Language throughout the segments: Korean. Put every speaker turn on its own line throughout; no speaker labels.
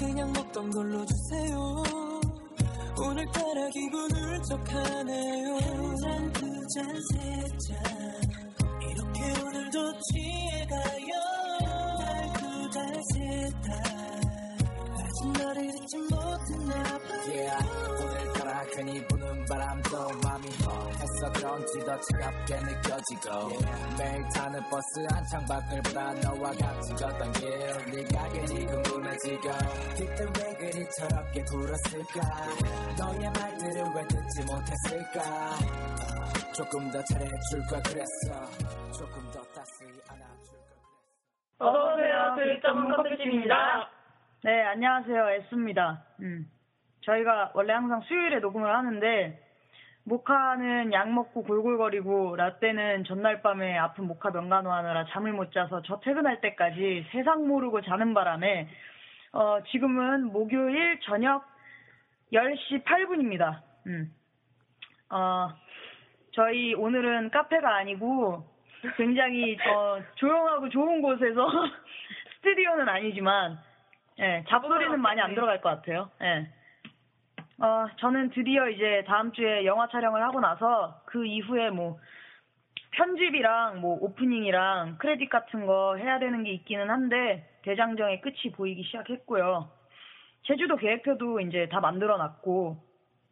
그냥 먹던 걸로 주세요. 오늘따라 기분 울적하네요. 한 잔, 두 잔, 세 잔. 이렇게 오늘도 취해가요. 날 두 달, 세 달. 아직 너를 잊지 못했나 봐요.
Yeah, 오늘따라 괜히 부는 바람도 마음이 허해서 그런지 더 차갑게 느껴지고 매일 타는 버스 한창 밖을 보다 너와 같이 걷던 길 네가 괜히 궁금해지고 그때 왜 그리 철없게 굴었을까 너의 말들을 왜 듣지 못했을까 조금 더 잘해줄 걸 그랬어 조금 더 따스히 안아줄 걸 그랬어
어서오세요. 교육전문 컨텐츠입니다.
네, 안녕하세요. S입니다. 음. 저희가 원래 항상 수요일에 녹음을 하는데, 모카는 약 먹고 골골거리고, 라떼는 전날 밤에 아픈 모카 명간호하느라 잠을 못 자서 저 퇴근할 때까지 세상 모르고 자는 바람에, 어, 지금은 목요일 저녁 10시 8분입니다. 음, 어, 저희 오늘은 카페가 아니고 굉장히 어, 조용하고 좋은 곳에서 스튜디오는 아니지만 예, 잡소리는 많이 안 들어갈 것 같아요. 예. 어, 저는 드디어 이제 다음 주에 영화 촬영을 하고 나서 그 이후에 뭐 편집이랑 뭐 오프닝이랑 크레딧 같은 거 해야 되는 게 있기는 한데 대장정의 끝이 보이기 시작했고요. 제주도 계획표도 이제 다 만들어 놨고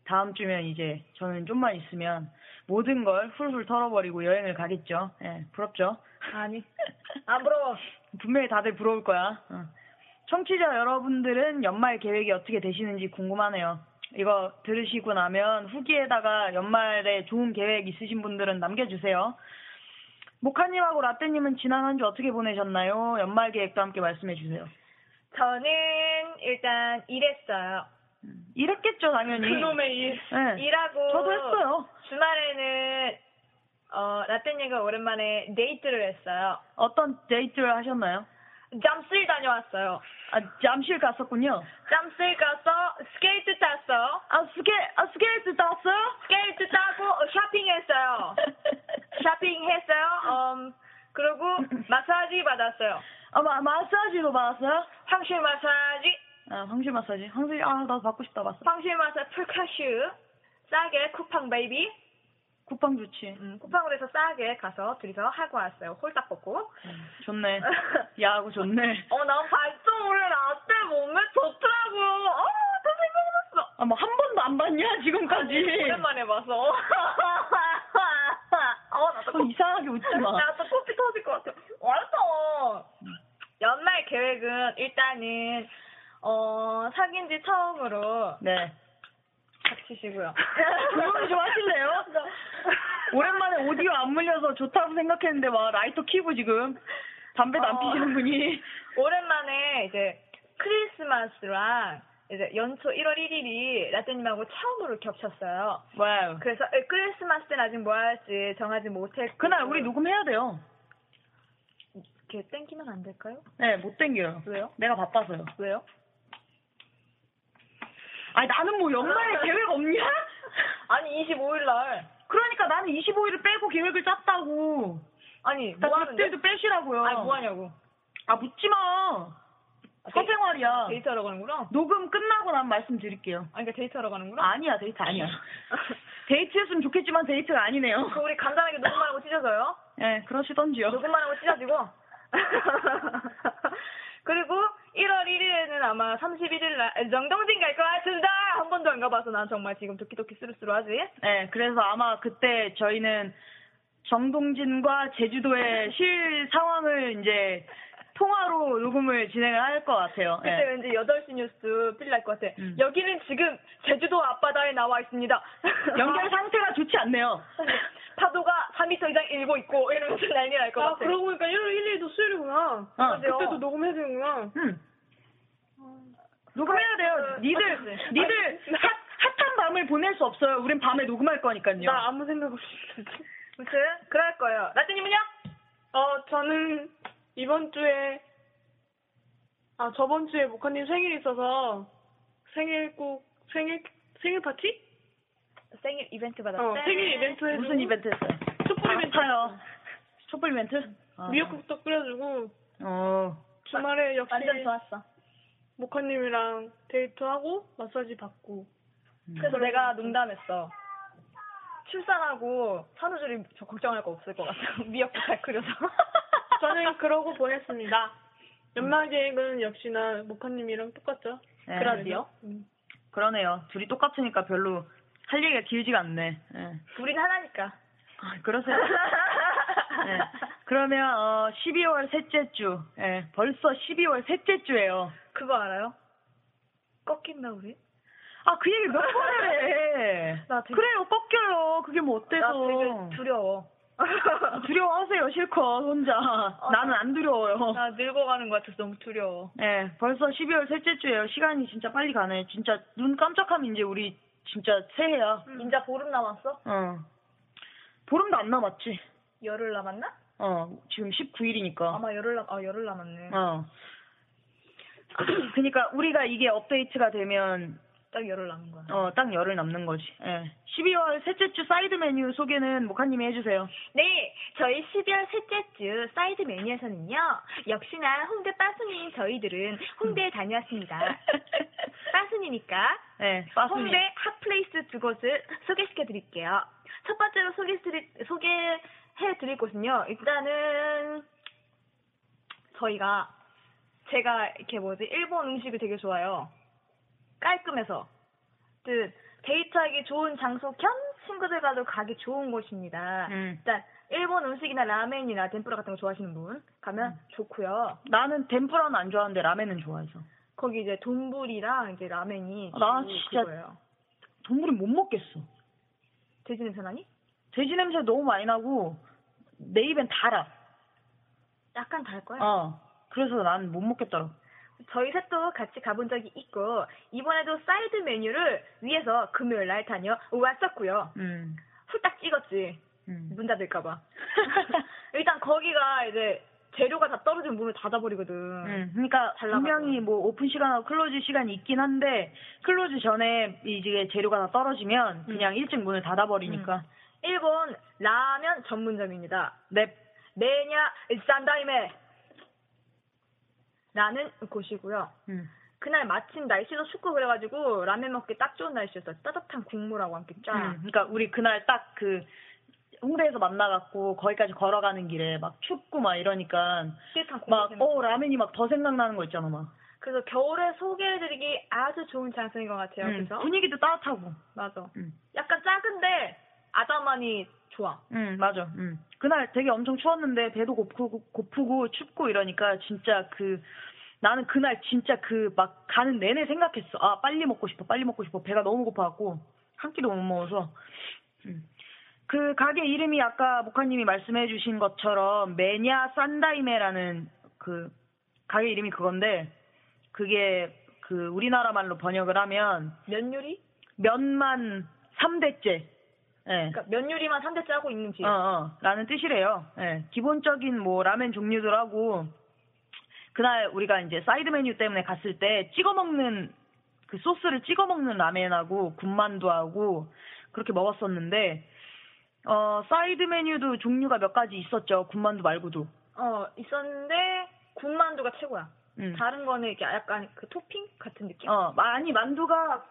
다음 주면 이제 저는 좀만 있으면 모든 걸 훌훌 털어버리고 여행을 가겠죠. 예, 부럽죠?
아니, 안 부러워.
분명히 다들 부러울 거야. 어. 청취자 여러분들은 연말 계획이 어떻게 되시는지 궁금하네요. 이거 들으시고 나면 후기에다가 연말에 좋은 계획 있으신 분들은 남겨주세요. 모카님하고 라떼님은 지난 한 주 어떻게 보내셨나요? 연말 계획도 함께 말씀해주세요.
저는 일단 일했어요.
일했겠죠, 당연히.
그놈의 일.
네.
일하고.
저도 했어요.
주말에는, 어, 라떼님과 오랜만에 데이트를 했어요.
어떤 데이트를 하셨나요?
잠실 다녀왔어요.
아, 잠실 갔었군요.
잠실 가서 스케이트 탔어요.
아, 스케, 아, 스케이트 땄어요?
스케이트 타고 어, 쇼핑했어요. 쇼핑했어요. 음, 그리고 마사지 받았어요.
아, 마, 마사지도 받았어요?
황실 마사지,
아, 황실 마사지. 황실, 아, 나도 받고 싶다, 마사지.
황실 마사지 풀카슈, 싸게 쿠팡 베이비,
쿠팡 좋지.
음, 쿠팡으로 해서 싸게 가서 둘이서 하고 왔어요. 홀딱 벗고.
좋네. 야하고 좋네.
어, 난 발성 오늘 라떼 몸매 좋더라고. 어, 또 생각났어.
아, 뭐, 한 번도 안 봤냐, 지금까지.
오랜만에 봐서. 어, 나도
어, 이상하게 웃지 마.
나또 코피 터질 것 같아. 알았어. 연말 계획은 일단은 어 사귄 지 처음으로
네.
닥치시고요.
조용히 좀 하실래요? 오랜만에 오디오 안 물려서 좋다고 생각했는데, 막, 라이터 키고 지금. 담배도 안
어.
피시는 분이.
오랜만에 이제 크리스마스랑 이제 연초 1월 1일이 라떼님하고 처음으로 겹쳤어요.
와우.
그래서 에, 크리스마스는 아직 뭐 할지 정하지 못했고
그날 우리 녹음해야 돼요.
이렇게 땡기면 안 될까요?
네, 못 땡겨요.
왜요?
내가 바빠서요.
왜요?
아니, 나는 뭐 연말에 계획 없냐?
아니 25일 날
그러니까 나는 25일을 빼고 계획을 짰다고.
아니
나
뭐 하는데?
그때도 빼시라고요.
아니 뭐 하냐고. 네.
아, 묻지 마. 사생활이야.
아, 데이트하러 가는구나.
녹음 끝나고 난 말씀드릴게요.
아니, 그러니까 데이트하러 가는구나.
아니야, 데이트 아니야. 데이트였으면 좋겠지만 데이트가 아니네요.
그 우리 간단하게 녹음만 하고 찢어져요.
예, 그러시던지요.
녹음만 하고 찢어지고. 그리고 1월 1일에는 아마 31일 날 정동진 갈 것 같습니다. 한 번도 안 가봐서 난 정말 지금 도끼도끼 쓰루쓰루하지.
네.
예, 그래서 아마 그때 저희는 정동진과 제주도의 실 상황을 이제 통화로 녹음을 진행을 할 것 같아요.
그때
예.
왠지 8시 뉴스 필날 것 같아.
음.
여기는 지금 제주도 앞바다에 나와 있습니다.
연결 상태가 좋지 않네요.
파도가 3m 이상 일고 있고 이러면서 난리 날 것
아,
같아.
그러고 보니까 1월 1일도 수요일이구나.
어.
그때도 녹음해주는구나.
음.
아,
녹음해야
어,
돼요.
아,
니들, 니들 핫, 핫한 밤을 보낼 수 없어요. 우린 밤에 녹음할 거니까요.
나 아무 생각 없이. 있었지.
아무튼 그럴 거예요. 라떼님은요?
어, 저는 이번 주에, 아, 저번 주에 모카님 생일이 있어서 생일 꼭, 생일, 생일 파티?
생일 이벤트 아, 받았대.
어, 생일 이벤트 해주고.
무슨 이벤트 했어요?
촛불 이벤트.
타요. 어. 촛불 이벤트? 아.
미역국도 끓여주고,
어.
주말에 역시
완전 좋았어.
모카님이랑 데이트하고, 마사지 받고.
그래서 내가 농담했어. 출산하고 산후조리 저 걱정할 거 없을 것 같아. 미역국 잘 끓여서.
저는 그러고 보냈습니다. 연말 계획은 역시나 모카님이랑 똑같죠.
예.
그러지요.
그러네요. 둘이 똑같으니까 별로 할 얘기가 길지가 않네. 예.
우린 하나니까.
아, 그러세요. 예. 그러면 어, 12월 셋째 주. 예. 벌써 12월 셋째 주예요.
그거 알아요? 꺾인다 우리?
아, 그 얘기를 몇 번을 해.
나 되게-
그래요, 꺾여요. 그게 뭐
나
어때서.
되게 두려워.
두려워하세요, 실컷, 혼자. 나는 안 두려워요.
어, 나 늙어가는 것 같아서 너무 두려워.
예, 벌써 12월 셋째 주예요. 시간이 진짜 빨리 가네. 진짜 눈 깜짝하면 이제 우리 진짜 새해야.
인자 보름 남았어?
어. 보름도 안 남았지.
열흘 남았나?
어, 지금 19일이니까.
아마 열흘 남, 아 열흘 남았네.
어. 그러니까 우리가 이게 업데이트가 되면
딱 열흘 남은 거야.
어, 딱 열흘 남는 거지. 예. 12월 셋째 주 사이드 메뉴 소개는 모카님이 해주세요.
네, 저희 12월 셋째 주 사이드 메뉴에서는요, 역시나 홍대 빠순이인 저희들은 홍대에 다녀왔습니다. 빠순이니까
예, 빠순이.
홍대 핫플레이스 두 곳을 소개시켜 드릴게요. 첫 번째로 소개드리, 소개해 드릴 곳은요, 일단은 저희가 제가 이렇게 뭐지, 일본 음식을 되게 좋아요. 깔끔해서. 그 데이트하기 좋은 장소 겸 친구들과도 가기 좋은 곳입니다.
음.
일단 일본 음식이나 라멘이나 덴푸라 같은 거 좋아하시는 분 가면
음.
좋고요.
나는 덴푸라는 안 좋아하는데 라멘은 좋아해서.
거기 이제 돈불이랑 이제 라멘이
아, 나
주
진짜-
그거예요.
동물이 못 먹겠어.
돼지 냄새 나니?
돼지 냄새 너무 많이 나고 내 입엔 달아.
약간 달 거야.
어. 그래서 난 못 먹겠더라.
저희 셋도 같이 가본 적이 있고 이번에도 사이드 메뉴를 위해서 금요일 날 다녀 왔었고요.
음.
후딱 찍었지.
음.
문 닫을까봐. 일단 거기가 이제 재료가 다 떨어지면 문을 닫아버리거든.
음, 그러니까
잘 나가고.
분명히 뭐 오픈 시간하고 클로즈 시간이 있긴 한데 클로즈 전에 이제 재료가 다 떨어지면 그냥 일찍 문을 닫아버리니까
일본 라면 전문점입니다. 네,
넵
매냐 산다이메 라는 곳이고요.
음.
그날 마침 날씨도 춥고 그래가지고 라면 먹기 딱 좋은 날씨였어요. 따뜻한 국물하고 함께 쫙.
음, 그러니까 우리 그날 딱 그 홍대에서 만나갖고 거기까지 걸어가는 길에 막 춥고 막 이러니까
따뜻한 국물.
막 어 라면이 막 더 생각나는 거 있잖아 막
그래서 겨울에 소개해드리기 아주 좋은 장소인 것 같아요.
음,
그죠?
분위기도 따뜻하고
맞아.
음.
약간 작은데 아담하니 좋아.
응, 맞아. 응. 그날 되게 엄청 추웠는데 배도 고프고, 고프고 춥고 이러니까 진짜 그 나는 그날 진짜 그 막 가는 내내 생각했어. 아, 빨리 먹고 싶어. 빨리 먹고 싶어. 배가 너무 고파갖고 한 끼도 못 먹어서. 음. 그 가게 이름이 아까 목화님이 말씀해 주신 것처럼 메냐 산다이메라는 그 가게 이름이 그건데 그게 그 우리나라 말로 번역을 하면
면 요리?
면만 3대째. 예.
그러니까 면 요리만 3대 짜고 있는 집.
어, 어, 라는 뜻이래요. 예, 기본적인 뭐 라멘 종류들하고 그날 우리가 이제 사이드 메뉴 때문에 갔을 때 찍어 먹는 그 소스를 찍어 먹는 라멘하고 군만두하고 그렇게 먹었었는데 어, 사이드 메뉴도 종류가 몇 가지 있었죠. 군만두 말고도.
어, 있었는데 군만두가 최고야.
음.
다른 거는 이렇게 약간 그 토핑 같은 느낌?
어, 아니 만두가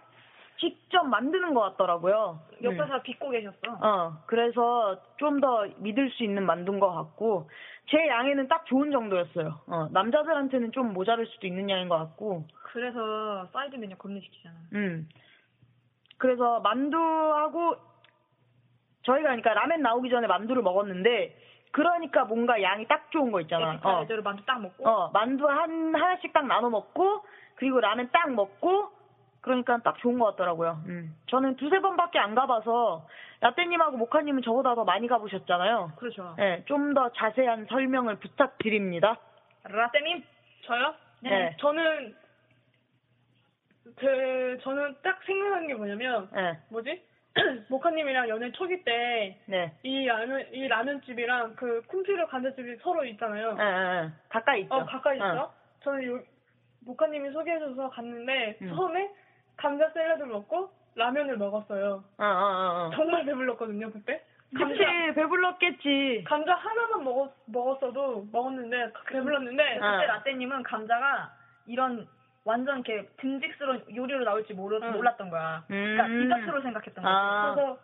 직접 만드는 것 같더라고요. 음.
옆에서 빚고 계셨어.
어, 그래서 좀 더 믿을 수 있는 만두인 것 같고, 제 양에는 딱 좋은 정도였어요. 어, 남자들한테는 좀 모자랄 수도 있는 양인 것 같고,
그래서 사이드 메뉴 겁내시키잖아.
음. 그래서 만두하고, 저희가 그러니까 라멘 나오기 전에 만두를 먹었는데, 그러니까 뭔가 양이 딱 좋은 거 있잖아.
그러니까
어.
예대로 만두 딱 먹고
어, 만두 한, 하나씩 딱 나눠 먹고, 그리고 라면 딱 먹고, 그러니까 딱 좋은 것 같더라고요. 음. 저는 두세 번밖에 안 가봐서, 라떼님하고 모카님은 저보다 더 많이 가보셨잖아요.
그렇죠.
네, 좀 더 자세한 설명을 부탁드립니다.
라떼님
저요?
네.
저는 그 저는 딱 생각한 게 뭐냐면
네,
뭐지? 모카님이랑 연애 초기 때 이
네.
라면 이 라면집이랑 그 쿰피르 감자집이 서로 있잖아요.
예, 예, 예. 가까이 있죠.
어 가까이 있어?
어.
요 저는 요 모카님이 소개해줘서 갔는데
음.
처음에 감자 샐러드를 먹고 라면을 먹었어요.
어, 어, 어.
정말 배불렀거든요 그때.
같이 배불렀겠지.
감자 하나만 먹었, 먹었어도 먹었는데 배불렀는데
아.
그때 라떼님은 감자가 이런 완전 이렇게 듬직스러운 요리로 나올지 모르,
응.
몰랐던 거야.
음.
그러니까 디저트로 생각했던 거야.
아,
그래서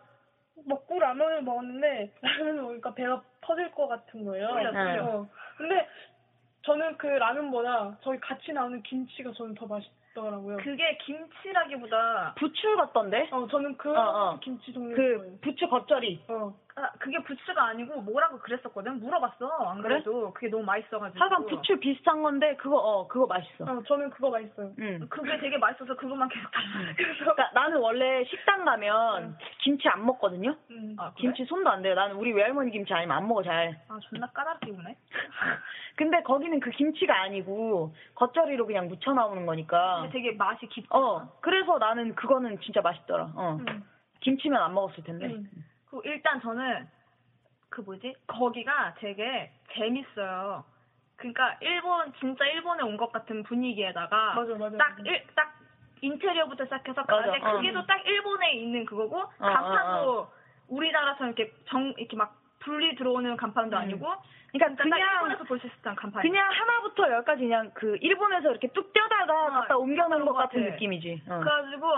먹고 라면을 먹었는데 라면을 먹으니까 배가 터질 것 같은 거예요.
뚫려,
뚫려.
어. 근데 저는 그 라면보다 저희 같이 나오는 김치가 저는 더 맛있더라고요.
그게 김치라기보다
부추 같던데?
어 저는 그
어, 어.
김치 종류
그,
그...
부추 겉절이.
어
아, 그게 부추가 아니고 뭐라고 그랬었거든. 물어봤어. 안
그래?
그래도 그게 너무 맛있어가지고.
하여간 부추 비슷한 건데, 그거, 어, 그거 맛있어.
어, 저는 그거 맛있어요.
음.
그게 되게 맛있어서 그것만 계속 달라.
그래서
그러니까 나는 원래 식당 가면 김치 안 먹거든요.
음.
아, 그래?
김치 손도 안 대요. 나는 우리 외할머니 김치 아니면 안 먹어 잘.
아 존나 까다롭게 구네.
근데 거기는 그 김치가 아니고 겉절이로 그냥 무쳐 나오는 거니까.
근데 되게 맛이 깊어.
어. 그래서 나는 그거는 진짜 맛있더라. 어.
음.
김치면 안 먹었을 텐데.
음.
그 일단 저는 그 뭐지 거기가 되게 재밌어요. 그러니까 일본 진짜 일본에 온 것 같은 분위기에다가
맞아 맞아.
딱 일 딱 인테리어부터 시작해서
맞아,
가게
어.
크기도 딱 일본에 있는 그거고 간판도 우리나라처럼 이렇게 정 이렇게 막 분리 들어오는 간판도 아니고
그러니까
그냥
그냥
일본에서 볼 수 있었던 간판.
그냥 하나부터 열까지 그냥 그 일본에서 이렇게 뚝 떼어다가
어,
갖다 옮겨 놓은 것
그런 것
같은
같아.
느낌이지. 어.
그래가지고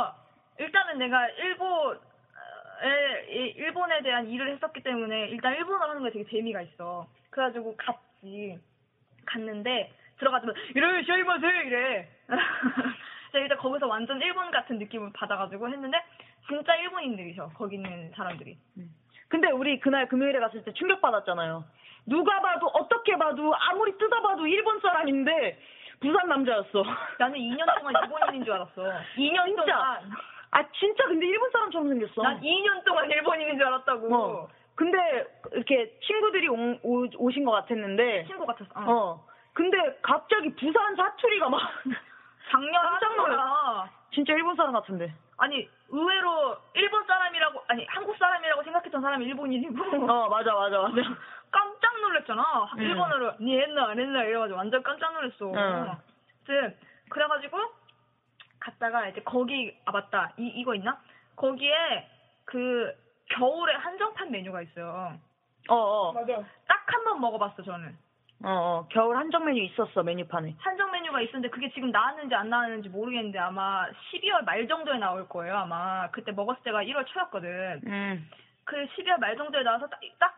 일단은 내가 일본 어, 에, 이- 일본에 대한 일을 했었기 때문에 일단 일본어 하는 거에 되게 재미가 있어. 그래가지고 갔지. 갔는데 들어가자면 이래 쉐이마세 이래. 제가 일단 거기서 완전 일본 같은 느낌을 받아가지고 했는데 진짜 일본인들이셔 거기 있는 사람들이.
근데 우리 그날 금요일에 갔을 때 충격받았잖아요. 누가 봐도 어떻게 봐도 아무리 뜯어봐도 일본 사람인데 부산 남자였어.
나는 2년 동안 일본인인 줄 알았어. 2년
진짜.
동안
아 진짜 근데 일본 사람처럼 생겼어.
난 2년 동안 일본인인 줄 알았다고.
어. 근데 이렇게 친구들이 온- 오, 오신 것 같았는데
친구 같았어. 어.
어 근데 갑자기 부산 사투리가 막
작년
깜짝
깜짝
놀랐어.
놀라.
진짜 일본 사람 같은데.
아니 의외로 일본 사람이라고 아니 한국 사람이라고 생각했던 사람이 일본인이고 네.
어 맞아 맞아 맞아.
깜짝 놀랐잖아
음.
일본어로 니 했나 안 했나 이래가지고 완전 깜짝 놀랐어
음.
아무튼 그래가지고 갔다가 이제 거기 아 맞다 이 이거 있나 거기에 그 겨울에 한정판 메뉴가 있어요
어어어어
맞아.
딱 한 번 먹어봤어 저는
어. 겨울 한정 메뉴 있었어 메뉴판에.
한정 메뉴가 있었는데 그게 지금 나왔는지 안 나왔는지 모르겠는데 아마 12월 말 정도에 나올 거예요 아마 그때 먹었을 때가 1월 초였거든
음.
그 12월 말 정도에 나와서 딱, 딱,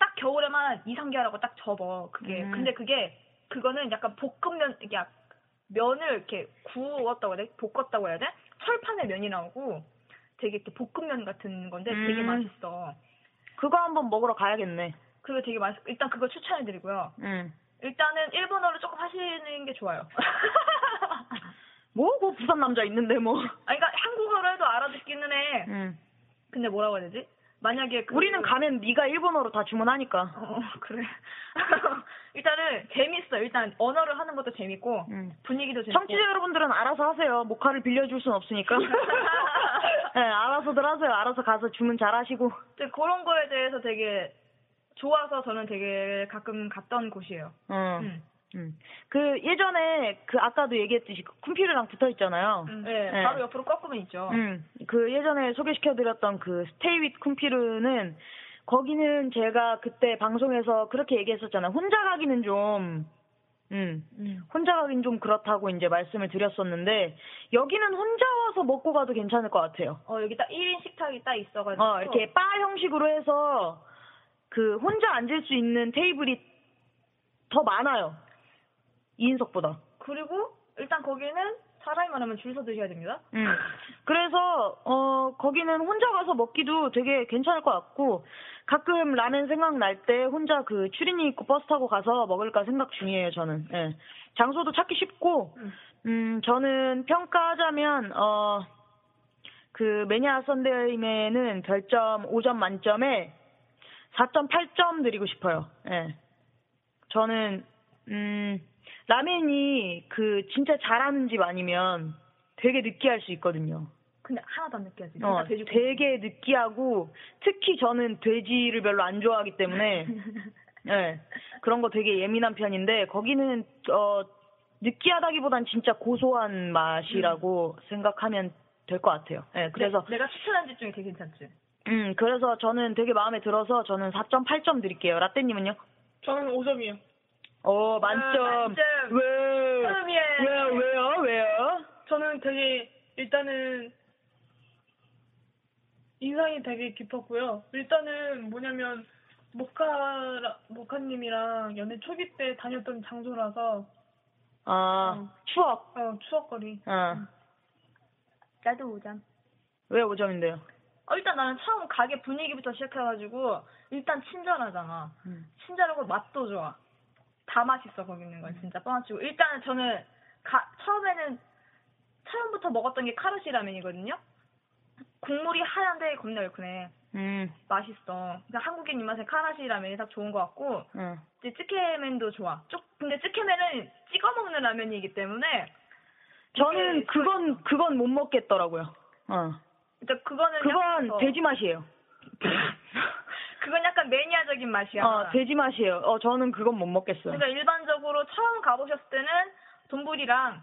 딱 겨울에만 2, 3개월하고 딱 접어. 그게.
음.
근데 그게, 그거는 약간 볶음면, 이게 약- 면을 이렇게 구웠다고 해야 돼? 볶았다고 해야 돼? 철판에 면이 나오고 되게 이렇게 볶음면 같은 건데 되게
음.
맛있어.
그거 한번 먹으러 가야겠네.
그거 되게 맛있고, 일단 그거 추천해드리고요.
음.
일단은 일본어를 조금 하시는 게 좋아요.
뭐뭐 그 부산 남자 있는데 뭐.
아, 그러니까 한국어로 해도 알아듣기는 해.
음.
근데 뭐라고 해야 되지? 만약에 그-
우리는 가면 네가 일본어로 다 주문하니까.
어, 그래. 일단은 재밌어. 일단 언어를 하는 것도 재밌고
음.
분위기도 재밌고.
청취자 여러분들은 알아서 하세요. 모카를 빌려줄 순 없으니까. 네, 알아서들 하세요. 알아서 가서 주문 잘 하시고.
근데 그런 거에 대해서 되게 좋아서 저는 되게 가끔 갔던 곳이에요.
음.
응.
음. 그 예전에 그 아까도 얘기했듯이 그 쿰피르랑 붙어 있잖아요. 음.
네,
네.
바로 옆으로 꺾으면 있죠.
그 예전에 소개시켜드렸던 그 스테이 윗 쿰피르는 거기는 제가 그때 방송에서 그렇게 얘기했었잖아요. 혼자 가기는 좀, 음,
음.
혼자 가긴 좀 그렇다고 이제 말씀을 드렸었는데 여기는 혼자 와서 먹고 가도 괜찮을 것 같아요.
어, 여기 딱 1인 식탁이 딱 있어가지고.
어, 이렇게 바 형식으로 해서 그 혼자 앉을 수 있는 테이블이 더 많아요. 2인석보다.
그리고 일단 거기는 사람이 많으면 줄 서 드셔야 됩니다.
음. 그래서 어 거기는 혼자 가서 먹기도 되게 괜찮을 것 같고 가끔 라면 생각날 때 혼자 그 추리닝 입고 버스 타고 가서 먹을까 생각 중이에요 저는. 예. 장소도 찾기 쉽고 음 저는 평가하자면 어그 그 매니아 선데이맨은 별점 5점 만점에 4.8점 드리고 싶어요. 예. 저는 음 라면이 그 진짜 잘하는 집 아니면 되게 느끼할 수 있거든요.
근데 하나도 안 그러니까 느껴지지. 진짜
어,
돼지고기.
되게 느끼하고 특히 저는 돼지를 별로 안 좋아하기 때문에 예, 그런 거 되게 예민한 편인데 거기는 어 느끼하다기보단 진짜 고소한 맛이라고 생각하면 될 것 같아요. 예, 그래서
내가 추천한 집 중에 되게 괜찮지.
음 그래서 저는 되게 마음에 들어서 저는 4.8점 드릴게요. 라떼님은요?
저는 5점이요.
어 만점.
아, 만점.
왜?
처음이에요.
왜요? 왜요? 왜요?
저는 되게 일단은 인상이 되게 깊었고요. 일단은 뭐냐면 모카 모카님이랑 연애 초기 때 다녔던 장소라서
아 추억.
어, 추억거리.
아,
나도 오점
왜 5점인데요?
어, 일단 나는 처음 가게 분위기부터 시작해가지고 일단 친절하잖아.
음.
친절하고 맛도 좋아. 다 맛있어 거기 있는
음.
건 진짜 뻔하치고 일단은 저는 가- 처음에는 처음부터 먹었던 게 카르시 라면이거든요. 국물이 하얀데 겁나 얼큰해.
음,
맛있어. 그러니까 한국인 입맛에 카라시 라면이 딱 좋은 것 같고
음.
이제 찌케맨도 좋아. 쪽 근데 찌케맨은 찍어 먹는 라면이기 때문에
저는
이게
그러니까 그건 그건 못 먹겠더라고요. 어.
일단 그러니까 그거는 약간
그건
더-
돼지 맛이에요.
그건 약간 매니아적인 맛이야.
어, 돼지 맛이에요. 어, 저는 그건 못 먹겠어요.
그러니까 일반적으로 처음 가보셨을 때는 돈불이랑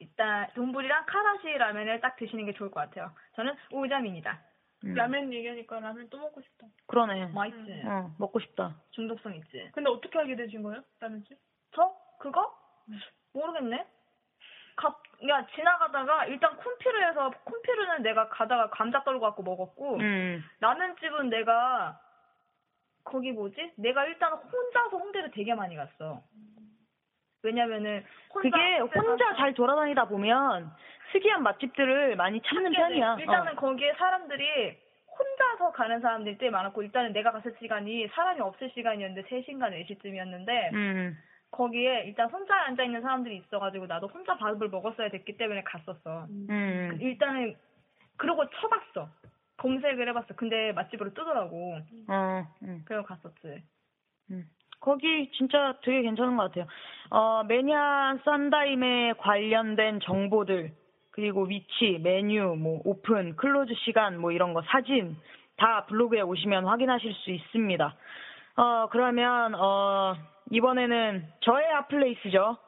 일단 돈불이랑 카라시 라면을 딱 드시는 게 좋을 것 같아요. 저는 오점입니다.
음.
라면 얘기하니까 라면 또 먹고 싶다.
그러네.
맛있지.
어, 먹고 싶다.
음. 중독성 있지.
근데 어떻게 하게 되신 거예요? 라면집?
저 그거 모르겠네. 갑, 야 지나가다가 일단 콤피루에서 콤피루는 내가 가다가 감자 떨고 갖고 먹었고
음.
라면집은 내가 거기 뭐지? 내가 일단 혼자서 홍대를 되게 많이 갔어. 왜냐면은 혼자
그게
홍대
혼자
가서
잘 돌아다니다 보면 특이한 맛집들을 많이 찾는
찾게 돼.
편이야.
네, 일단은
어.
거기에 사람들이 혼자서 가는 사람들이 꽤 많았고 일단은 내가 갔을 시간이 사람이 없을 시간이었는데 3시인가 4시쯤이었는데
음.
거기에 일단 혼자 앉아 있는 사람들이 있어가지고 나도 혼자 밥을 먹었어야 됐기 때문에 갔었어. 그
음.
일단은 그러고 쳐봤어. 검색을 해봤어. 근데 맛집으로 뜨더라고.
어. 음.
그래서 갔었지.
거기 진짜 되게 괜찮은 것 같아요. 어, 매니아 썬다임에 관련된 정보들, 그리고 위치, 메뉴, 뭐, 오픈, 클로즈 시간, 뭐, 이런 거, 사진, 다 블로그에 오시면 확인하실 수 있습니다. 어, 그러면, 어, 이번에는 저의 핫플레이스죠.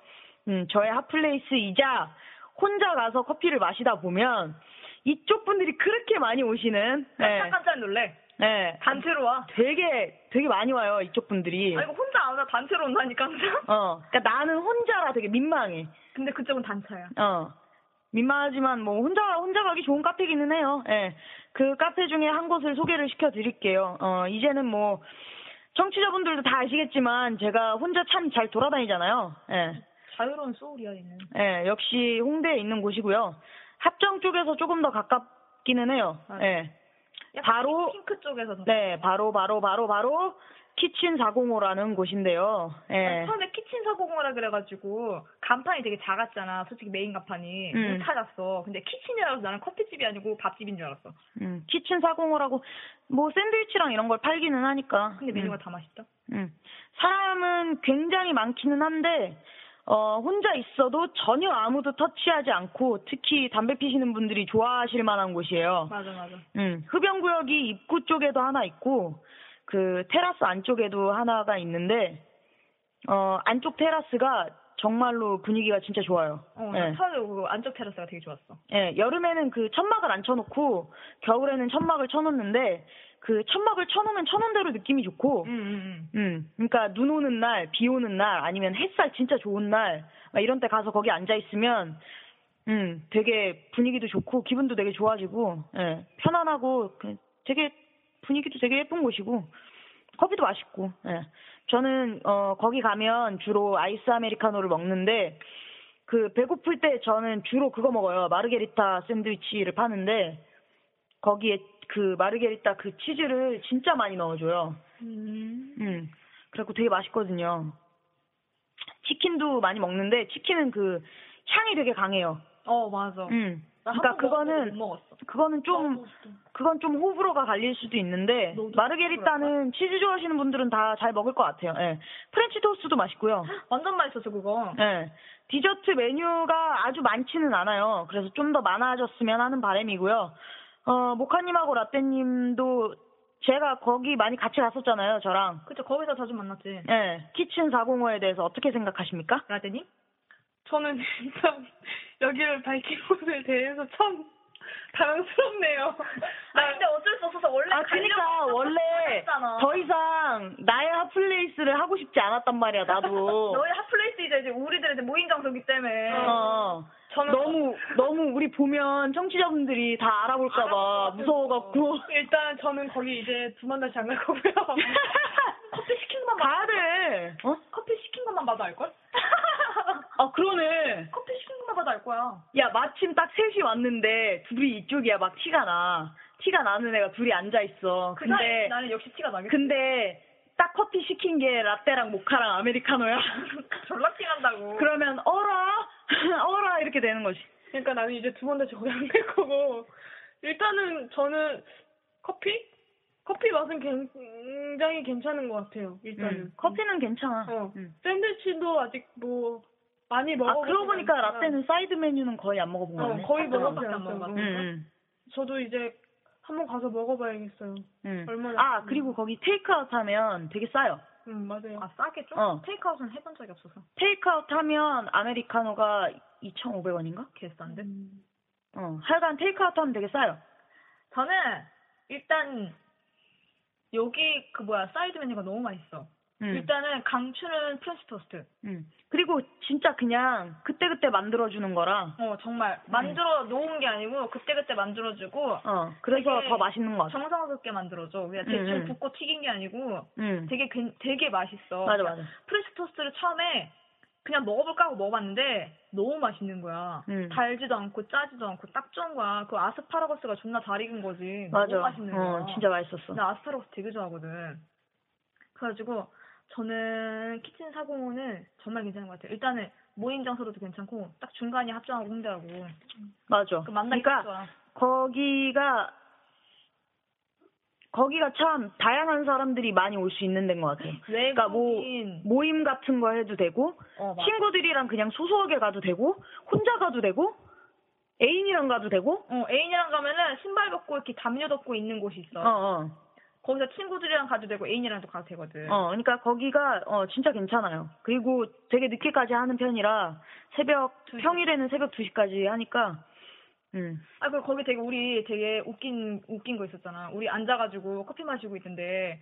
음, 저의 핫플레이스이자 혼자 가서 커피를 마시다 보면 이쪽 분들이 그렇게 많이 오시는, 네,
깜짝깜짝 놀래.
네,
단체로 와.
되게, 되게 많이 와요, 이쪽 분들이.
아 이거 혼자 안 와. 단체로 온다니까 항상.
어, 그러니까 나는 혼자라 되게 민망해.
근데 그쪽은 단체야.
어, 민망하지만 뭐 혼자 혼자 가기 좋은 카페기는 해요. 예, 그 카페 중에 한 곳을 소개를 시켜드릴게요. 어, 이제는 뭐 청취자분들도 다 아시겠지만 제가 혼자 참 잘 돌아다니잖아요. 예,
자유로운 소울이야 얘는.
예, 역시 홍대에 있는 곳이고요. 합정 쪽에서 조금 더 가깝기는 해요. 예,
약간
바로-
핑크 쪽에서 더.
네, 바로 바로 바로 바로 키친 405라는 곳인데요.
난
예,
아, 처음에 키친 사고공어라 그래가지고 간판이 되게 작았잖아. 솔직히 메인 간판이
음.
못 찾았어. 근데 키친이라서 나는 커피집이 아니고 밥집인 줄 알았어.
음, 키친 405라고 뭐 샌드위치랑 이런 걸 팔기는 하니까.
근데 메뉴가 다 맛있다.
음. 사람은 굉장히 많기는 한데, 어, 혼자 있어도 전혀 아무도 터치하지 않고 특히 담배 피시는 분들이 좋아하실 만한 곳이에요.
맞아 맞아.
음, 흡연구역이 입구 쪽에도 하나 있고, 그 테라스 안쪽에도 하나가 있는데, 어, 안쪽 테라스가 정말로 분위기가 진짜 좋아요.
어,
예.
나 처음에 그 안쪽 테라스가 되게 좋았어.
예, 여름에는 그 천막을 안 쳐놓고, 겨울에는 천막을 쳐놓는데, 그 천막을 쳐놓으면 쳐놓은 대로 느낌이 좋고,
응, 응,
음, 그러니까 눈 오는 날, 비 오는 날, 아니면 햇살 진짜 좋은 날, 막 이런 때 가서 거기 앉아 있으면, 음, 되게 분위기도 좋고 기분도 되게 좋아지고, 예, 편안하고 그 되게 분위기도 되게 예쁜 곳이고 커피도 맛있고, 예. 저는 어 거기 가면 주로 아이스 아메리카노를 먹는데 그 배고플 때 저는 주로 그거 먹어요. 마르게리타 샌드위치를 파는데 거기에 그 마르게리타 그 치즈를 진짜 많이 넣어줘요. 음. 그래갖고 되게 맛있거든요. 치킨도 많이 먹는데 치킨은 그 향이 되게 강해요.
어 맞아.
음.
나
그러니까
한번 먹었는데
그거는
못 먹었어.
그거는 좀
너무 맛있어.
그건 좀 호불호가 갈릴 수도 있는데
너도
마르게리따는 치즈 좋아하시는 분들은 다 잘 먹을 것 같아요. 예. 프렌치 토스트도 맛있고요.
완전 맛있었어 그거.
예. 디저트 메뉴가 아주 많지는 않아요. 그래서 좀 더 많아졌으면 하는 바람이고요. 어, 모카님하고 라떼님도 제가 거기 많이 같이 갔었잖아요, 저랑.
그쵸 거기서 자주 만났지.
예. 키친 405에 대해서 어떻게 생각하십니까?
라데님?
저는 일단 여기를 밝힌 곳에 대해서 참 당황스럽네요.
아 근데 어쩔 수 없어서 원래
아, 그니까,
가려고
원래
했잖아.
더 이상 나의 핫플레이스를 하고 싶지 않았단 말이야, 나도.
너희 핫플레이스 이제 이제 우리들의 이제 모임 장소기 때문에.
어.
저는
너무 너무 우리 보면 청취자분들이 다 알아볼까봐 무서워갖고
일단 저는 거기 이제 두번 다시 안 갈 거고요.
커피 시킨 것만 봐.
가야 돼. 어?
커피 시킨 것만 봐도 알 걸?
아 그러네.
커피 시킨 것만 봐도 알 거야.
야 마침 딱 셋이 왔는데 둘이 이쪽이야 막 티가 나. 티가 나는 애가 둘이 앉아 있어.
그 사이
근데
나는 역시 티가 나겠지.
근데 딱 커피 시킨 게 라떼랑 모카랑 아메리카노야. 그
졸라 티 난다고.
그러면 어라 어라 이렇게 되는 거지.
그러니까 나는 이제 두 번 다시 거기 안 갈 거고 일단은 저는 커피 커피 맛은 굉장히 괜찮은 것 같아요. 일단은
음, 커피는 괜찮아.
어.
음.
샌드위치도 아직 뭐 많이
아
먹어.
그러고 보니까 라떼는 음. 사이드 메뉴는 거의 안 먹어본 거네.
어, 거의
아,
먹어보지
안
않았어요.
먹어봤어.
음, 음.
저도 이제 한번 가서 먹어봐야겠어요.
음.
얼마나-
아 그리고 거기 테이크아웃 하면 되게 싸요.
음 맞아요.
아 싸게 좀?
어.
테이크아웃은 해본 적이 없어서
테이크아웃 하면 아메리카노가 2,500원인가?
개싼데.
음. 어 하여간 테이크아웃 하면 되게 싸요.
저는 일단 여기 그 뭐야 사이드 메뉴가 너무 맛있어.
음.
일단은 강추는 프렌치 토스트.
음. 그리고 진짜 그냥 그때그때 만들어주는 거라.
어 정말
음.
만들어 놓은 게 아니고 그때 그때 만들어주고
어 그래서
되게
더 맛있는 것 같아.
정성스럽게 만들어줘. 그냥
어. 음,
대충
음.
붓고 튀긴 게 아니고
음.
되게 괜- 되게 맛있어. 그러니까
맞아 맞아.
프렌치 토스트를 처음에 그냥 먹어볼까 하고 먹어봤는데 너무 맛있는 거야.
음.
달지도 않고 짜지도 않고 딱 좋은 거야. 그 아스파라거스가 존나 잘 익은 거지.
맞아.
너무 맛있는 거야.
어 진짜 맛있었어.
나 아스파라거스 되게 좋아하거든. 그래가지고 저는 키친 405는 정말 괜찮은 것 같아요. 일단은 모임 장소로도 괜찮고 딱 중간이 합정하고 홍대하고
맞아.
그 만나기 딱
그러니까
좋아.
거기가 거기가 참 다양한 사람들이 많이 올 수 있는 데인 것 같아. 그러니까 뭐
외국인
모임 같은 거 해도 되고
어, 맞아.
친구들이랑 그냥 소소하게 가도 되고 혼자 가도 되고 애인이랑 가도 되고
어, 애인이랑 가면은 신발 벗고 이렇게 담요 덮고 있는 곳이 있어.
어어 어,
거기서 친구들이랑 가도 되고 애인이랑도 가도 되거든.
어, 그러니까 거기가 어 진짜 괜찮아요 그리고 되게 늦게까지 하는 편이라 새벽
두 시.
평일에는 새벽 2시까지 하니까 음
아, 그 거기 되게 우리 되게 웃긴 웃긴 거 있었잖아. 우리 앉아가지고 커피 마시고 있는데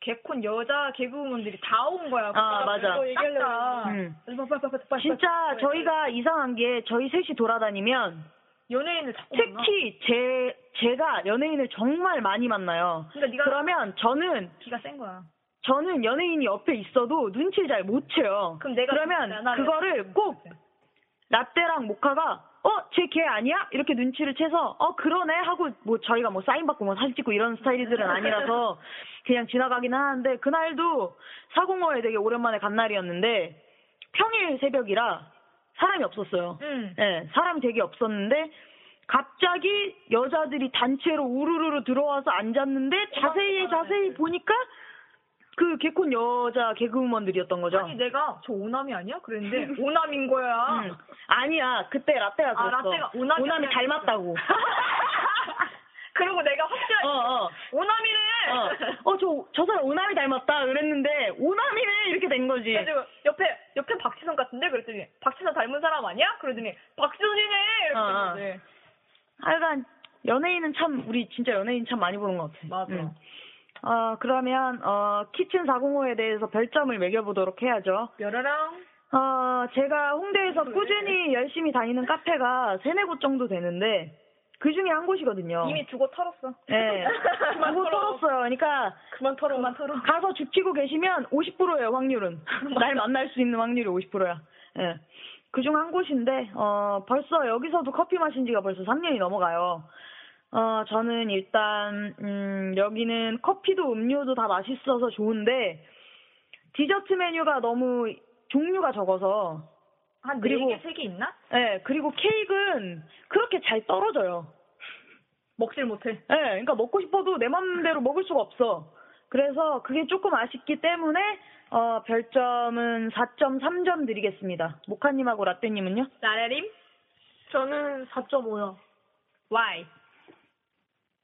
개콘 여자 개그우먼들이 다 온 거야.
아, 맞아.
그거 얘기하려고.
음.
빨빨빨빨빨빨.
진짜 저희가 이상한 게 저희 셋이 돌아다니면
연예인을 자꾸 만나.
특히 제 제가 연예인을 정말 많이 만나요
그러니까 네가
그러면 저는
기가 센 거야.
저는 연예인이 옆에 있어도 눈치를 잘 못 채요
그럼 내가 진짜
그러면
나를- 네.
그거를 꼭 라떼랑 모카가 어, 쟤 걔 아니야? 이렇게 눈치를 채서 어, 그러네 하고 뭐 저희가 뭐 사인 받고 뭐 사진 찍고 이런 스타일들은 아니라서 그냥 지나가긴 하는데 그날도 사공호에 되게 오랜만에 간 날이었는데 평일 새벽이라 사람이 없었어요.
응.
예, 사람이 되게 없었는데 갑자기 여자들이 단체로 우르르르 들어와서 앉았는데
아,
자세히
네.
자세히 보니까 그 개콘 여자 개그우먼들이었던 거죠.
아니 내가 저 오남이 아니야? 그랬는데 오남인 거야.
응. 음. 아니야 그때 라떼가
아,
그랬어
라떼가 오남이 아니라
닮았다고
그리고 내가 확실하게 네.
어어어저 어. 저
오남이래.
사람 오남이 닮았다 그랬는데 오남이네 이렇게 된 거지
그래가지고 옆에 옆에 박지선 같은데 그랬더니 박지선 닮은 사람 아니야? 그러더니 박지선이네 이렇게
어, 어.
된 거지.
하여간 연예인은 참 우리 진짜 연예인 참 많이 보는 것 같아
맞아.
응. 어, 그러면 어, 키친 405에 대해서 별점을 매겨보도록 해야죠
여러랑
어, 제가 홍대에서 꾸준히 열심히 다니는 카페가 세네 곳 정도 되는데 그 중에 한 곳이거든요
이미 두고 털었어.
네.
그만
못
털어.
털었어요. 그러니까
그만 털어. 그만 털어.
가서 죽히고 계시면 50%예요, 확률은. 날 만날 수 있는 확률이 50%야. 예. 그중 한 곳인데 어, 벌써 여기서도 커피 마신 지가 벌써 3년이 넘어가요. 어, 저는 일단 음, 여기는 커피도 음료도 다 맛있어서 좋은데 디저트 메뉴가 너무 종류가 적어서
한
그리고-
4개, 3개 있나?
예, 그리고 케이크는 그렇게 잘 떨어져요.
먹질 못해.
예, 그러니까 먹고 싶어도 내 맘대로 먹을 수가 없어. 그래서 그게 조금 아쉽기 때문에 어, 별점은 4.3점 드리겠습니다. 모카님하고 라떼님은요?
나래림?
저는 4.5요.
Why?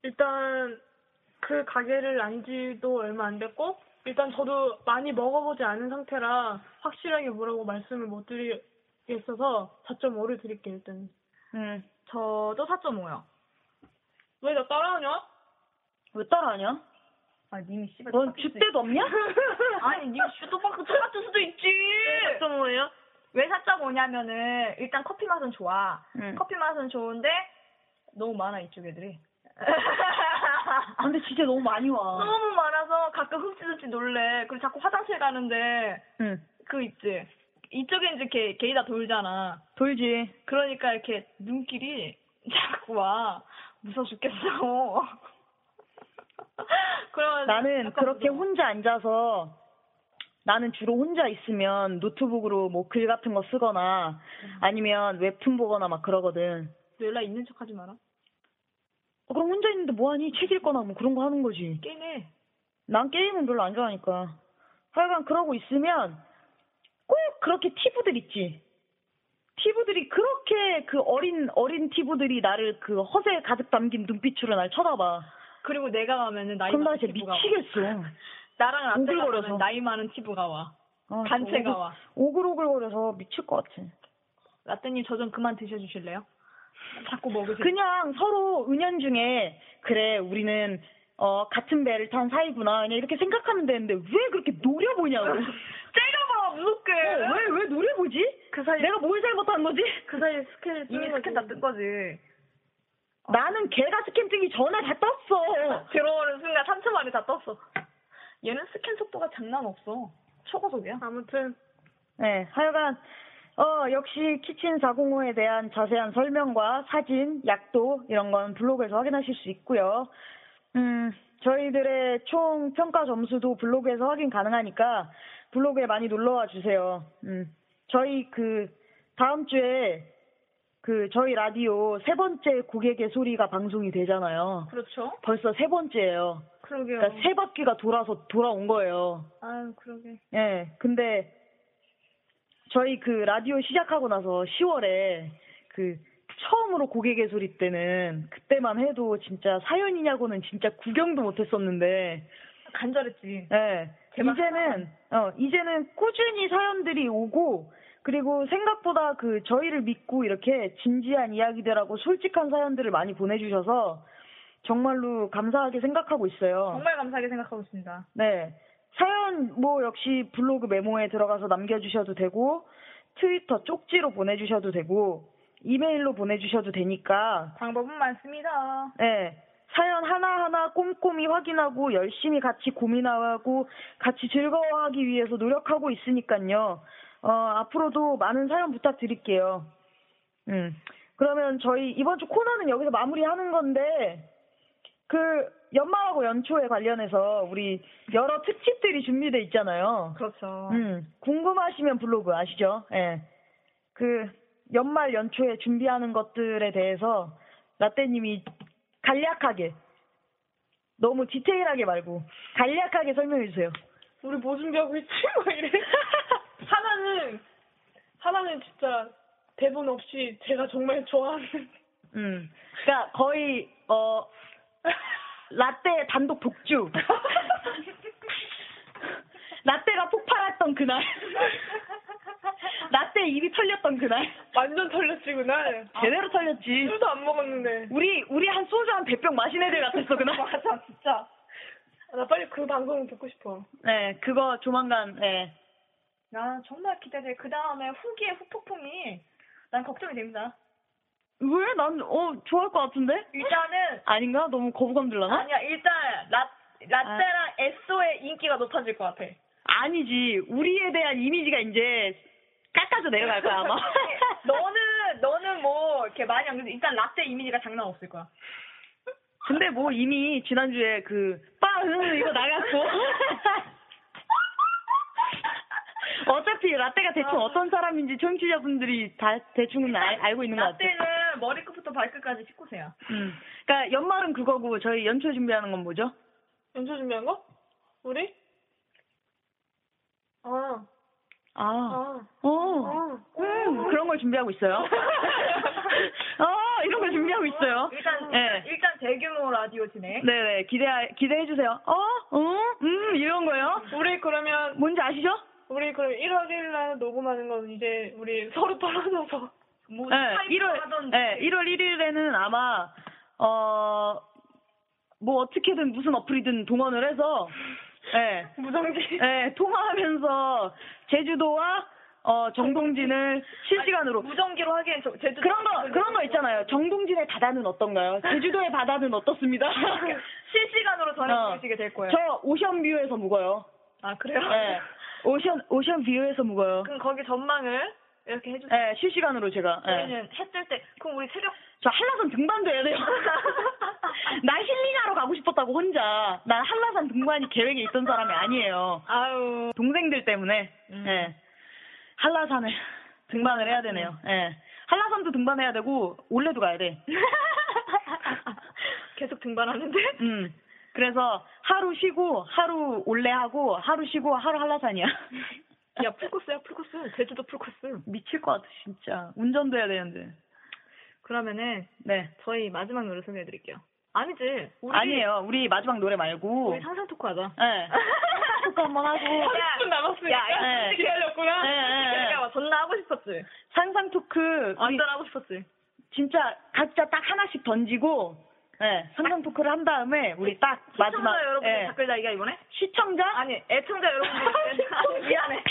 일단 그 가게를 안 지도 얼마 안 됐고 일단 저도 많이 먹어보지 않은 상태라 확실하게 뭐라고 말씀을 못 드리겠어서 4.5를 드릴게요 일단
음,
저도 4.5요.
왜 나 따라하냐?
왜 따라하냐?
아, 님이 씨발.
넌 줏대도 없냐?
아니, 님이 슈도박스 똑같을 수도 있지!
4.5예요?
왜 4.5냐면은, 일단 커피 맛은 좋아.
음.
커피 맛은 좋은데, 너무 많아, 이쪽 애들이.
아, 근데 진짜 너무 많이 와.
너무 많아서 가끔 흡지흡지 놀래. 그리고 자꾸 화장실 가는데,
응,
그 있지. 이쪽에 이제 걔, 걔이 다 돌잖아.
돌지.
그러니까 이렇게 눈길이 자꾸 와. 무서워 죽겠어. 그러면
나는 그렇게 혼자 앉아서 나는 주로 혼자 있으면 노트북으로 뭐 글 같은 거 쓰거나 아니면 웹툰 보거나 막 그러거든.
연락 있는 척 하지 마라.
어, 그럼 혼자 있는데 뭐하니? 책 읽거나 뭐 그런 거 하는 거지.
게임해.
난 게임은 별로 안 좋아하니까. 하여간 그러고 있으면 꼭 그렇게 티브들 있지. 티브들이 그렇게 그 어린 어린 티브들이 나를 그 허세 가득 담긴 눈빛으로 날 쳐다봐.
그리고 내가 가면은 나이
그럼 나
많은
진짜
티브가 와.
미치겠어.
나랑 앞에
오글거려서.
가면 나이 많은 티브가 와.
아,
단체가
오글-
와.
오글오글거려서 미칠 것 같아.
라떼님 저 좀 그만 드셔주실래요? 자꾸 먹으세요.
그냥 서로 은연중에 그래 우리는 어 같은 배를 탄 사이구나 그냥 이렇게 생각하면 되는데 왜 그렇게 노려보냐고.
째려봐 무섭게.
왜왜 노려보지?
그 사이
내가 뭘 잘못한 거지?
그 사이 스캔 이미 스캔 다 뜬 거지.
나는 걔가 스캔 뜨기 전에 다 떴어.
들어오는 순간 3초 만에 다 떴어. 얘는 스캔 속도가 장난 없어. 초고속이야.
아무튼
네, 하여간 어 역시 키친 405에 대한 자세한 설명과 사진, 약도 이런 건 블로그에서 확인하실 수 있고요. 음, 저희들의 총 평가 점수도 블로그에서 확인 가능하니까 블로그에 많이 놀러와 주세요. 음, 저희 그 다음 주에 그 저희 라디오 세 번째 고객의 소리가 방송이 되잖아요.
그렇죠.
벌써 세 번째예요.
그러게요.
그러니까 세 바퀴가 돌아서 돌아온 거예요.
아유, 그러게.
예, 근데 저희 그 라디오 시작하고 나서 10월에 그 처음으로 고객의 소리 때는 그때만 해도 진짜 사연이냐고는 진짜 구경도 못했었는데,
간절했지.
예,
대박.
이제는 어 이제는 꾸준히 사연들이 오고 그리고 생각보다 그 저희를 믿고 이렇게 진지한 이야기들하고 솔직한 사연들을 많이 보내주셔서 정말로 감사하게 생각하고 있어요.
정말 감사하게 생각하고 있습니다.
네. 사연 뭐 역시 블로그 메모에 들어가서 남겨주셔도 되고 트위터 쪽지로 보내주셔도 되고 이메일로 보내주셔도 되니까
방법은 많습니다.
네. 사연 하나하나 꼼꼼히 확인하고 열심히 같이 고민하고 같이 즐거워하기 위해서 노력하고 있으니까요. 어, 앞으로도 많은 사연 부탁드릴게요. 음. 그러면 저희 이번 주 코너는 여기서 마무리하는 건데 그 연말하고 연초에 관련해서 우리 여러 특집들이 준비돼 있잖아요.
그렇죠.
음, 궁금하시면 블로그 아시죠? 예. 그 연말 연초에 준비하는 것들에 대해서 라떼님이 간략하게 너무 디테일하게 말고 간략하게 설명해 주세요.
우리 뭐 준비하고 있지? 막 이래 하나는 하나는 진짜 대본 없이 제가 정말 좋아하는
음, 그러니까 거의 어 라떼 단독 독주. 라떼가 폭발했던 그날. 라떼 입이 털렸던 그날.
완전 털렸지 그날 아,
제대로 털렸지.
술도 안 먹었는데
우리 우리 한 소주 한 대병 마신 애들 같았어 그날.
맞아 진짜 아, 나 빨리 그 방송 듣고 싶어
네, 그거 조만간 네.
나 정말 기대돼. 그 다음에 후기의 후폭풍이 난 걱정이 됩니다.
왜? 난 어 좋아할 것 같은데?
일단은
아닌가? 너무 거부감 들라나?
아니야. 일단 라 라떼랑 에소의 인기가 높아질 것 같아.
아니지. 우리에 대한 이미지가 이제 깎아져 내려갈 거야 아마.
너는 너는 뭐 이렇게 많이 안 그래도 일단 라떼 이미지가 장난 없을 거야.
근데 뭐 이미 지난주에 그빵 이거 나갔고 어차피 라떼가 대충 어떤 사람인지 청취자분들이 다 대충은 알- 알고 있는 것 같아요.
라떼는 머리끝부터 발끝까지 피코세요.
음. 그러니까 연말은 그거고 저희 연초 준비하는 건 뭐죠?
연초 준비한 거? 우리? 아,
아,
아,
어,
아.
음, 그런 걸 준비하고 있어요. 어, 이런 걸 준비하고 있어요.
일단
네.
일단 대규모 라디오 진행.
네네, 기대, 기대해 주세요. 어, 어, 음, 이런 거요.
우리 그러면
뭔지 아시죠?
우리 그럼 1월 1일 날 녹음하는 건 이제 우리 서로 떨어져서
뭐
네,
스카이프
1월,
하던지.
네, 1월 1일에는 아마, 어, 뭐 어떻게든 무슨 어플이든 동원을 해서, 네,
무정지.
네, 통화하면서 제주도와 어, 정동진을 실시간으로
무전기로 하기엔 저- 제주도
그런 거 그런 거 있잖아요. 정동진의 바다는 어떤가요? 제주도의 바다는 어떻습니다.
실시간으로
어.
전해주시게 될 거예요.
저 오션뷰에서 묵어요.
아 그래요?
네. 오션 오션뷰에서 묵어요.
그럼 거기 전망을 이렇게 해주세요.
네, 실시간으로 제가. 네.
우리는 했을 때 그럼 우리 체력
저 한라산 등반도 해야 돼요. 나 힐링하러 가고 싶었다고 혼자. 난 한라산 등반이 계획에 있던 사람이 아니에요.
아유.
동생들 때문에. 예. 한라산을 등반을 해야 되네요. 예. 한라산도 등반해야 되고 올레도 가야 돼.
계속 등반하는데
음. 그래서 하루 쉬고 하루 올레하고 하루 쉬고 하루 한라산이야.
야 풀코스야 풀코스 제주도 풀코스
미칠 것 같아 진짜. 운전도 해야 되는데.
그러면은
네.
저희 마지막 노래 소개해드릴게요 아니지 우리
아니에요. 우리 마지막 노래 말고.
우리 상상 토크 하자
예. 토크 한번 하고.
30분 남았으니까 야, 야,
네.
기다렸구나
네, 네, 네.
그러니까 막 존나 하고 싶었지
상상 토크. 우리
완전 하고 싶었지
진짜 각자 딱 하나씩 던지고. 예. 상상 토크를 한 다음에 우리 딱 마지막.
시청자 여러분들
예.
댓글 달기가 이번에
시청자?
아니 애청자 여러분들 댓글- 미안해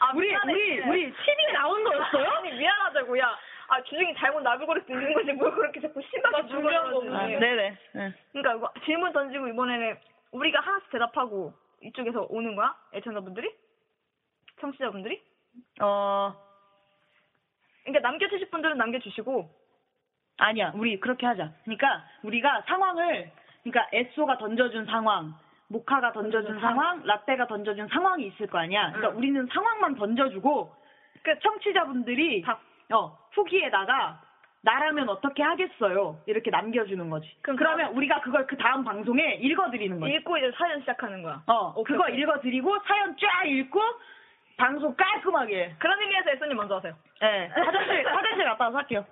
아,
우리
미안해.
우리 우리 TV에 나온 거였어요?
아니 미안하다고 야아 주중에 잘못 나비고를 수 있는 거지 뭘 그렇게 자꾸 심하게 준비한 거
아,
없네
네네. 예.
그러니까 이거 질문 던지고 이번에는 우리가 하나씩 대답하고 이쪽에서 오는 거야? 애청자분들이? 청취자분들이?
어
그러니까 남겨주실 분들은 남겨주시고
아니야, 우리 그렇게 하자. 그러니까 우리가 상황을, 그러니까 에쏘가 던져준 상황, 모카가 던져준 상황, 라떼가 던져준 상황이 있을 거 아니야. 그러니까 우리는 상황만 던져주고, 그 청취자분들이
답.
어 후기에다가 나라면 어떻게 하겠어요 이렇게 남겨주는 거지.
그럼
그러면 우리가 그걸 그 다음 방송에 읽어드리는 거지.
읽고 이제 사연 시작하는 거야.
어,
오케이,
그거
오케이.
읽어드리고 사연 쫙 읽고 방송 깔끔하게.
그런 의미에서 애써님 먼저 하세요.
예. 화장실 화장실 갔다 와서 할게요.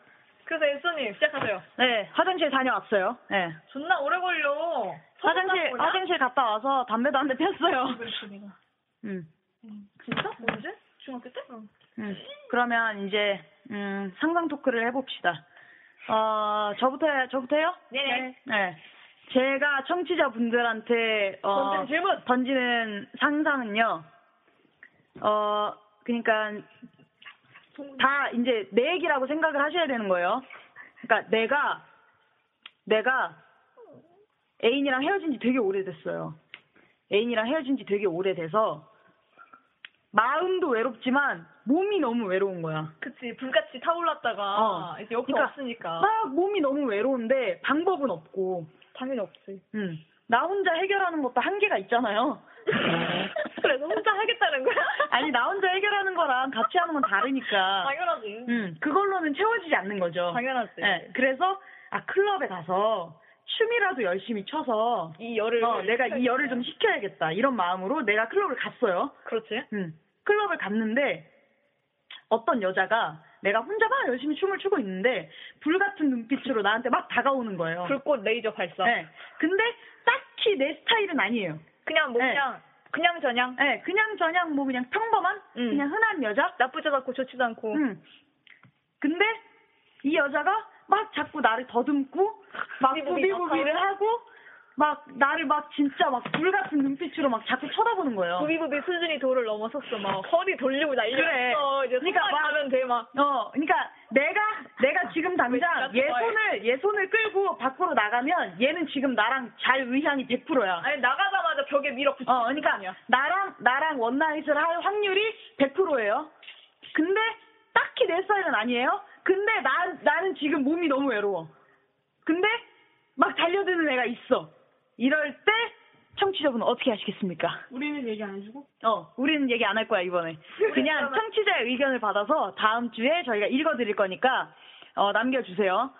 그래서 애써님 시작하세요.
예. 화장실 다녀왔어요. 예.
존나 오래 걸려.
화장실
소문 났구나.
화장실 갔다 와서 담배도 한 대 폈어요.
그
음.
진짜? 언제? 중학교 때?
음. 그러면 이제 음, 상상 토크를 해 봅시다. 어, 저부터 해- 저부터 해요?
네네.
네. 제가 청취자분들한테 어,
던지는 질문.
던지는 상상은요. 어, 그러니까 다 이제 내 얘기라고 생각을 하셔야 되는 거예요. 그러니까 내가 내가 애인이랑 헤어진 지 되게 오래됐어요. 애인이랑 헤어진 지 되게 오래돼서 마음도 외롭지만 몸이 너무 외로운 거야.
그치 불같이 타올랐다가
어.
이제 옆에
그러니까
없으니까
막 몸이 너무 외로운데 방법은 없고
당연히 없지.
음. 나 혼자 해결하는 것도 한계가 있잖아요.
그래서 혼자 하겠다는 거야?
아니, 나 혼자 해결하는 거랑 같이 하는 건 다르니까.
당연하지. 네.
음, 그걸로는 채워지지 않는 거죠.
당연하지.
예, 그래서, 아, 클럽에 가서 춤이라도 열심히 춰서,
이 열을
어, 내가 이 열을 좀 식혀야겠다. 이런 마음으로 내가 클럽을 갔어요.
그렇지.
음, 클럽을 갔는데, 어떤 여자가 내가 혼자 막 열심히 춤을 추고 있는데, 불 같은 눈빛으로 나한테 막 다가오는 거예요.
불꽃 레이저 발사.
예. 근데 딱히 내 스타일은 아니에요.
그냥 뭐
네.
그냥 그냥 저냥
예, 그냥 저냥 뭐 그냥 평범한
음.
그냥 흔한 여자.
나쁘지도 않고 좋지도 않고
음. 근데 이 여자가 막 자꾸 나를 더듬고 막
부비부비
부비부비를 하고 막 나를 막 진짜 막 불 같은 눈빛으로 막 자꾸 쳐다보는 거예요.
부비부비 수준이 도를 어. 넘어섰어 막 허리 돌리고
그래.
날려서 이제
그러니까
손만
막-
가면 돼막
어, 그러니까 내가 내가 지금 당장
왜
얘
지가 좋아해?
손을 얘 손을 끌고 밖으로 나가면 얘는 지금 나랑 잘 의향이 100%야.
아니 나가자마자 벽에 밀어붙여
어, 그러니까 나랑 나랑 원나잇을 할 확률이 100%예요. 근데 딱히 완전히 내 스타일은 아니에요. 근데 나, 나는 지금 몸이 너무 외로워. 근데 막 달려드는 애가 있어. 이럴 때 청취자분 어떻게 하시겠습니까?
우리는 얘기 안 해주고?
어, 우리는 얘기 안 할 거야, 이번에.
그러니까
그냥 청취자의 의견을 받아서 다음 주에 저희가 읽어드릴 거니까, 어, 남겨주세요.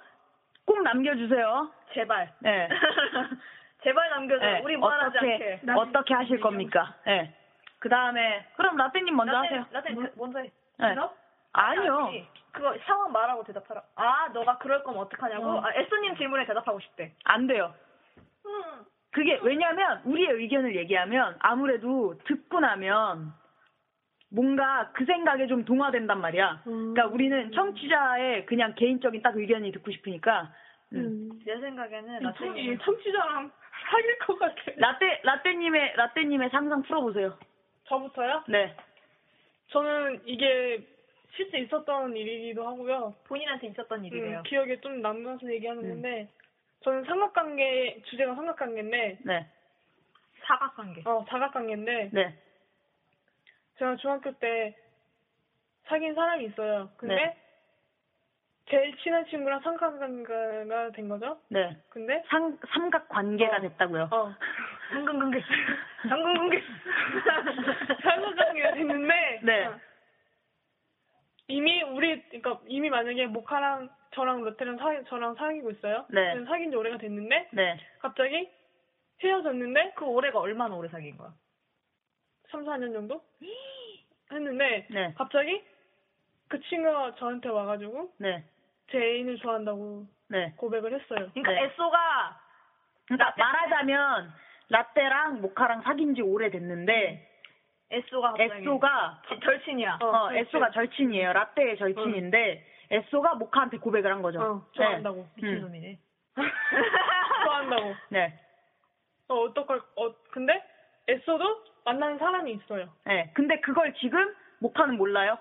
꼭 남겨주세요.
제발.
네.
제발 남겨줘.
네,
우리 무한하지 않게.
어떻게 하실 겁니까? 예. 그 다음에, 그럼 라떼님 먼저 하세요.
나한테 먼저 해.
네.
대답?
아니요.
아니, 그거 상황 말하고 대답하라. 아, 너가 그럴 거면 어떡하냐고? 아, 에스님 질문에 대답하고 싶대.
안 돼요.
음.
그게, 왜냐면, 우리의 의견을 얘기하면, 아무래도 듣고 나면, 뭔가 그 생각에 좀 동화된단 말이야.
음.
그러니까 우리는 청취자의 그냥 개인적인 딱 의견이 듣고 싶으니까, 음.
내 생각에는
이 청- 이
나중에
청취자랑 사귈 것 같아.
라떼 라떼님의 라떼님의 상상 풀어보세요.
저부터요?
네.
저는 이게 실제 있었던 일이기도 하고요.
본인한테 있었던
음,
일이래요. 음.
기억에 좀 남아서 얘기하는 건데 저는 삼각관계 주제가 삼각관계인데
네.
사각관계.
어 사각관계인데
네.
제가 중학교 때 사귄 사람이 있어요. 근데
네.
제일 친한 친구랑 삼각관계가 된 거죠.
네.
근데
상 삼각 관계가 됐다고요.
어
당근관계. 당근관계.
삼각관계가 됐는데
네.
이미 우리 그러니까 이미 만약에 모카랑 저랑 로테랑 사 저랑 사귀고 있어요.
네.
저는 사귄 지 오래가 됐는데
네.
갑자기 헤어졌는데
그 올해가 얼마나 오래 사귄 거야?
3, 4년 정도 했는데
네.
갑자기 그 친구가 저한테 와가지고
네.
제 애인을 좋아한다고
네.
고백을 했어요.
그러니까
네.
에소가
그러니까 말하자면 라떼랑 모카랑 사귄 지 오래됐는데
에소가 갑자기
에쏘가
지- 절친이야.
아, 어,
어,
그렇지.
에쏘가 절친이에요. 라떼의 절친인데 에쏘가 모카한테 고백을 한 거죠.
네.
어,
음.
좋아한다고.
미친놈이네.
좋아한다고.
네.
어, 어떡할, 어, 근데 애써도 만나는 사람이 있어요.
네. 네. 근데 그걸 지금 모카는 몰라요.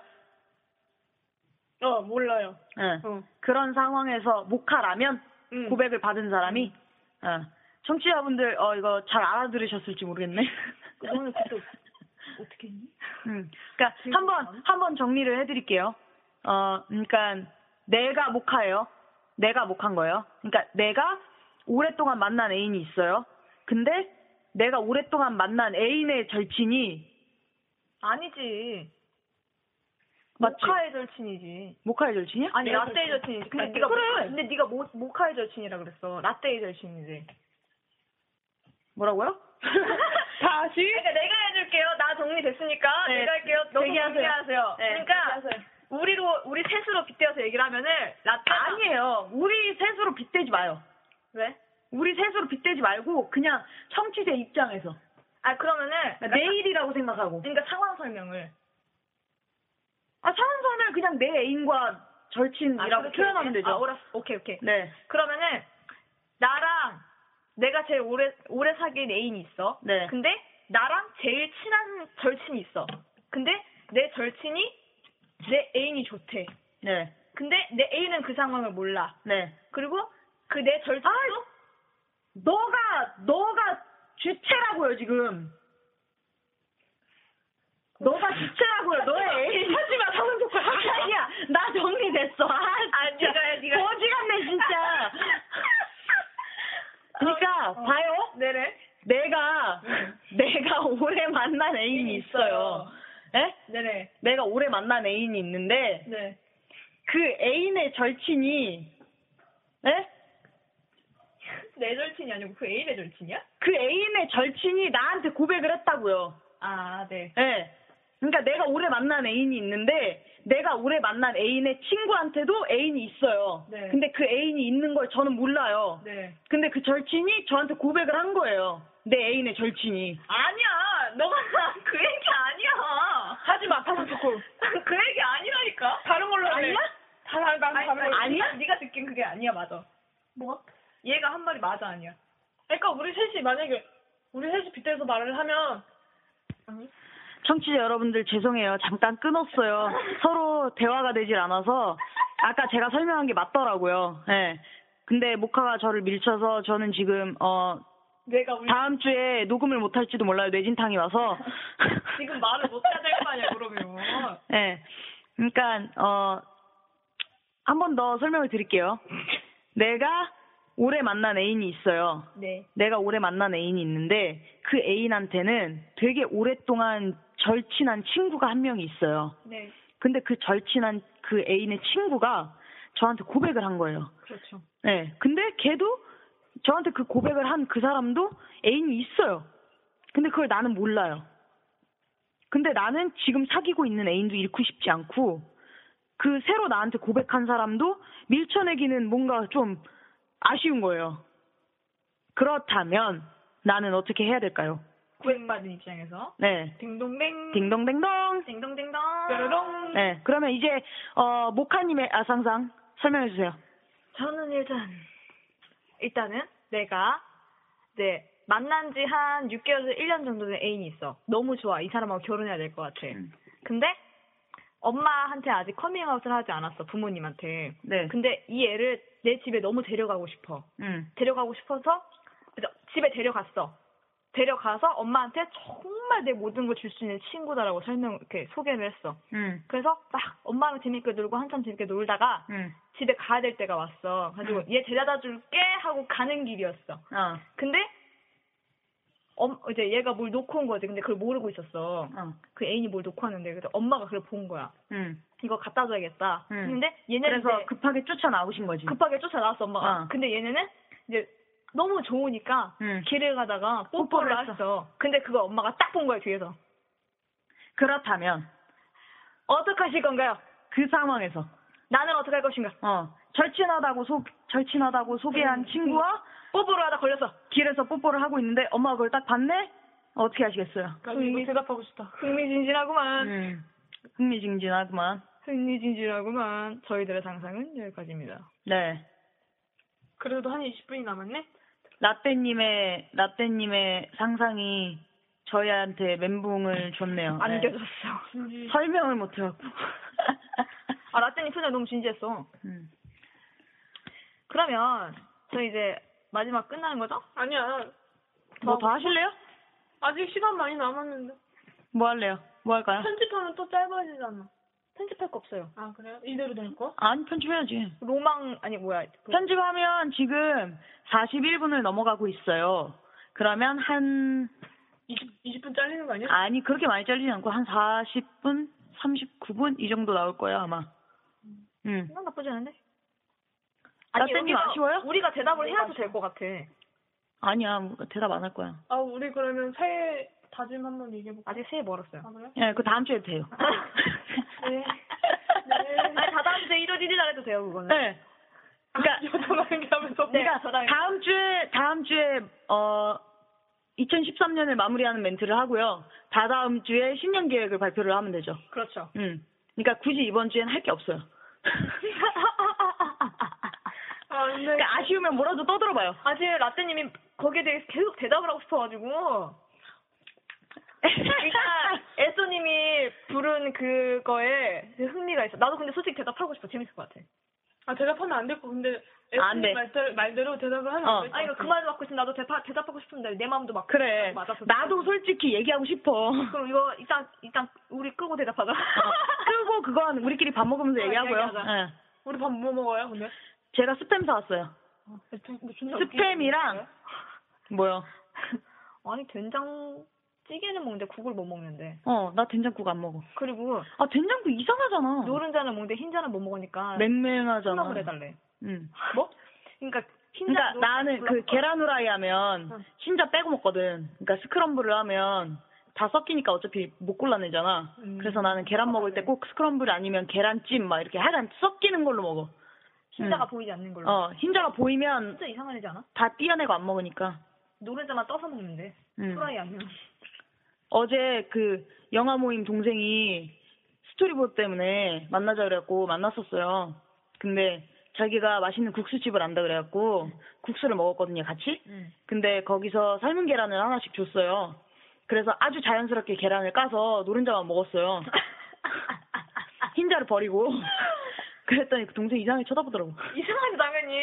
어, 몰라요.
네.
어.
그런 상황에서 모카라면
음.
고백을 받은 사람이 어, 청취자분들 어 이거 잘 알아들으셨을지 모르겠네.
어,
너는 그때 어떻게 했니?
음, 그러니까 한번 한번 정리를 해드릴게요. 어, 그러니까 내가 모카예요. 내가 모카인 거예요. 그러니까 내가 오랫동안 만난 애인이 있어요. 근데 내가 오랫동안 만난 애인의 절친이
아니지.
맞지?
모카의 절친이지.
모카의 절친이야?
아니
내가
라떼의 절친이지. 근데
아니,
네가
그래.
모카- 근데 네가 모, 모카의 절친이라 그랬어. 라떼의 절친이지.
뭐라고요?
다시?
그러니까 내가 해줄게요. 나 정리됐으니까
네.
내가 할게요. 너도
얘기하세요.
얘기하세요.
네,
그러니까 우리로 우리 셋으로 빗대어서 얘기를 하면은 라떼
아니에요. 우리 셋으로 빗대지 마요.
왜?
우리 셋으로 빗대지 말고 그냥 청취자 입장에서
아 그러면은
그러니까 내일이라고 생각하고.
그러니까 상황 설명을
아, 상황선을 그냥 내 애인과
아,
절친이라고
그렇게
표현하면
해야 돼?
되죠.
아, 오라- 오케이 오케이.
네,
그러면은 나랑 내가 제일 오래 오래 사귄 애인이 있어.
네.
근데 나랑 제일 친한 절친이 있어. 근데 내 절친이 내 애인이 좋대.
네,
근데 내 애인은 그 상황을 몰라.
네. 아!
그리고 그 내 절친도
너가, 너가 주체라고요, 지금. 너가 주체라고요, 너의 애인. 하지 마, 성은 좋고. 아니야, 나 정리됐어. 아,
아,
진짜.
네가 해, 네가 해.
어,
거지 같네, 진짜. 그러니까, 봐요.
어, 네네.
내가, 내가 오래 만난 애인이 있어요. 예?
네네.
내가 오래 만난 애인이 있는데,
네.
그 애인의 절친이 예? 에?
내 절친이 아니고 그 애인의 절친이야?
그 애인의 절친이 나한테 고백을 했다고요.
아, 네.
예. 그러니까 내가 오래 만난 애인이 있는데 내가 오래 만난 애인의 친구한테도 애인이 있어요.
네.
근데 그 애인이 있는 걸 저는 몰라요.
네.
근데 그 절친이 저한테 고백을 한 거예요. 내 애인의 절친이.
아니야. 너가 그 얘기 아니야.
하지 마, 다시 듣고.
그 얘기 아니라니까.
다른 걸로 할래.
아니야?
다, 나, 나
아니,
다른 걸로.
아니, 야 네가 느낀 그게 아니야, 맞아. 뭐? 얘가 한 말이 맞아 아니야.
그러니까 우리 셋이 만약에 우리 셋이 빗대서 말을 하면
청취자 여러분들 죄송해요. 잠깐 끊었어요. 서로 대화가 되질 않아서 아까 제가 설명한 게 맞더라고요. 예. 근데 모카가 저를 밀쳐서 저는 지금 어
내가 우리
다음 주에 녹음을 못 할지도 몰라요. 뇌진탕이 와서.
지금 말을 못 하자 할거 아니야, 그러면.
예. 그러니까 어 한 번 더 설명을 드릴게요. 내가 올해 만난 애인이 있어요.
네.
내가 오래 만난 애인이 있는데 그 애인한테는 되게 오랫동안 절친한 친구가 한 명이 있어요.
네.
근데 그 절친한 그 애인의 친구가 저한테 고백을 한 거예요.
그렇죠.
네. 근데 걔도 저한테 그 고백을 한 그 사람도 애인이 있어요. 근데 그걸 나는 몰라요. 근데 나는 지금 사귀고 있는 애인도 잃고 싶지 않고 그 새로 나한테 고백한 사람도 밀쳐내기는 뭔가 좀 아쉬운 거예요. 그렇다면 나는 어떻게 해야 될까요?
고백받은 입장에서
네.
딩동댕
딩동댕동.
딩동댕동.
뾰로롱
네. 그러면 이제 어 모카님의 아상상 설명해 주세요.
저는 일단 일단은 내가 네 만난 지 한 6개월에서 1년 정도 된 애인이 있어. 너무 좋아. 이 사람하고 결혼해야 될 것 같아. 근데 엄마한테 아직 커밍아웃을 하지 않았어. 부모님한테.
네.
근데 이 애를 내 집에 너무 데려가고 싶어.
음.
데려가고 싶어서 그래서 집에 데려갔어. 데려가서 엄마한테 정말 내 모든 걸 줄 수 있는 친구다라고 설명 이렇게 소개를 했어.
음.
그래서 막 엄마랑 재밌게 놀고 한참 재밌게 놀다가
음.
집에 가야 될 때가 왔어. 가지고 얘 데려다 줄게 하고 가는 길이었어.
어.
근데 엄 이제 얘가 뭘 놓고 온 거지. 근데 그걸 모르고 있었어.
어.
그 애인이 뭘 놓고 왔는데 그래서 엄마가 그걸 본 거야.
음.
이거 갖다 줘야겠다.
음.
근데 얘네는
그래서
이제
급하게 쫓아나오신 거지.
급하게 쫓아나왔어 엄마가.
어.
근데 얘네는 이제 너무 좋으니까
음.
길을 가다가 뽀뽀를
뽀뽀를
했어. 근데 그거 엄마가 딱 본 거야 뒤에서.
그렇다면
어떻게 하실 건가요?
그 상황에서
나는 어떻게 할 것인가?
어 절친하다고 소 절친하다고 소개한 친구와
뽀뽀를 하다 걸렸어.
길에서 뽀뽀를 하고 있는데 엄마가 그걸 딱 봤네. 어떻게 하시겠어요?
가지고 대답하고 싶다.
흥미진진하구만.
음. 흥미진진하구만.
흥미진진하구만. 저희들의 상상은 여기까지입니다.
네.
그래도 한 20분이 남았네.
라떼님의 라떼님의 상상이 저희한테 멘붕을 줬네요.
안
네.
겨졌어.
진지.
설명을 못해갖고.
아 라떼님 표정 너무 진지했어.
음.
그러면 저희 이제 마지막 끝나는 거죠?
아니야.
뭐 더 하실래요?
아직 시간 많이 남았는데.
뭐 할래요? 뭐 할까요?
편집하면 또 짧아지잖아.
아. 편집할 거 없어요.
아 그래요? 이대로 될 거?
아니 편집해야지.
로망 아니 뭐야? 그-
편집하면 지금 41분을 넘어가고 있어요. 그러면 한
20 20분 잘리는 거
네?
아니야?
아니 그렇게 많이 잘리지 않고 한 40분, 39분 이 정도 나올 거예요 아마. 음.
난 나쁘지 않은데.
라떼님
우리가-
아쉬워요?
우리가 대답을 해야도 될 것 같아.
아니야 뭐 대답 안 할 거야.
아 우리 그러면 새해 다짐 한번 얘기해 볼까?
아직 새해 멀었어요.
아 그래?
예, 그 다음 주에도 돼요.
네.
아니 다 다음 주에 1월 1일 아, 날 해도 돼요 그거는.
네. 그러니까
여전하는 게 하면서.
네.
그러니까
저랑-
다음 주에 다음 주에 어 2013년을 마무리하는 멘트를 하고요. 다다음 주에 신년 계획을 발표를 하면 되죠.
그렇죠.
음. 그러니까 굳이 이번 주엔 할 게 없어요.
아,
아 근데
그러니까 아쉬우면 뭐라도 떠들어봐요.
아직 라떼님이 거기에 대해 계속 대답을 하고 싶어가지고 일단 에소님이 부른 그거에 흥미가 있어. 나도 근데 솔직히 대답하고 싶어. 재밌을 것 같아.
아 대답하면 안 될 거. 근데
아, 안 돼.
말대로, 말대로 대답을 하면
어.
안 돼.
아니 그 말도 맞고 지금 나도 대파, 대답하고 싶은데 내 마음도 막
그래.
맞아서
나도 솔직히 얘기하고 싶어.
그럼 이거 일단 일단 우리 끄고 대답하자.
그리고 그건 우리끼리 밥 먹으면서
어,
얘기하고요.
얘기하자.
예.
우리 밥 뭐 먹어요? 근데
제가 스팸 사왔어요. 스팸이랑 뭐요?
아니 된장찌개는 먹는데 국을 못 먹는데
어, 나 된장국 안 먹어.
그리고
아, 된장국 이상하잖아.
노른자는 먹는데 흰자는 못 먹으니까
맹맹하잖아. 음.
혼합을 해달래.
응.
뭐? 그러니까 흰자
그러니까
노른자
나는 그
골라서
계란 후라이 하면 흰자 빼고 먹거든. 그러니까 스크럼블을 하면 다 섞이니까 어차피 못 골라내잖아.
음, 그러니까
그래서 나는 계란 먹을 때 꼭 스크럼블 아니면 계란찜 막 이렇게 하여간 섞이는 걸로 먹어.
흰자가
응.
보이지 않는 걸로.
어, 흰자가 보이면
진짜 이상한 애지 않아?
다 띄어내고 안 먹으니까.
노른자만 떠서 먹는데
음.
후라이 아니야.
어제 그 영화 모임 동생이 스토리보드 때문에 만나자 그래갖고 만났었어요. 근데 자기가 맛있는 국수집을 안다 그래갖고 국수를 먹었거든요, 같이. 근데 거기서 삶은 계란을 하나씩 줬어요. 그래서 아주 자연스럽게 계란을 까서 노른자만 먹었어요. 흰자를 버리고. 그랬더니 그 동생이 이상하게 쳐다보더라고.
이상하지 당연히.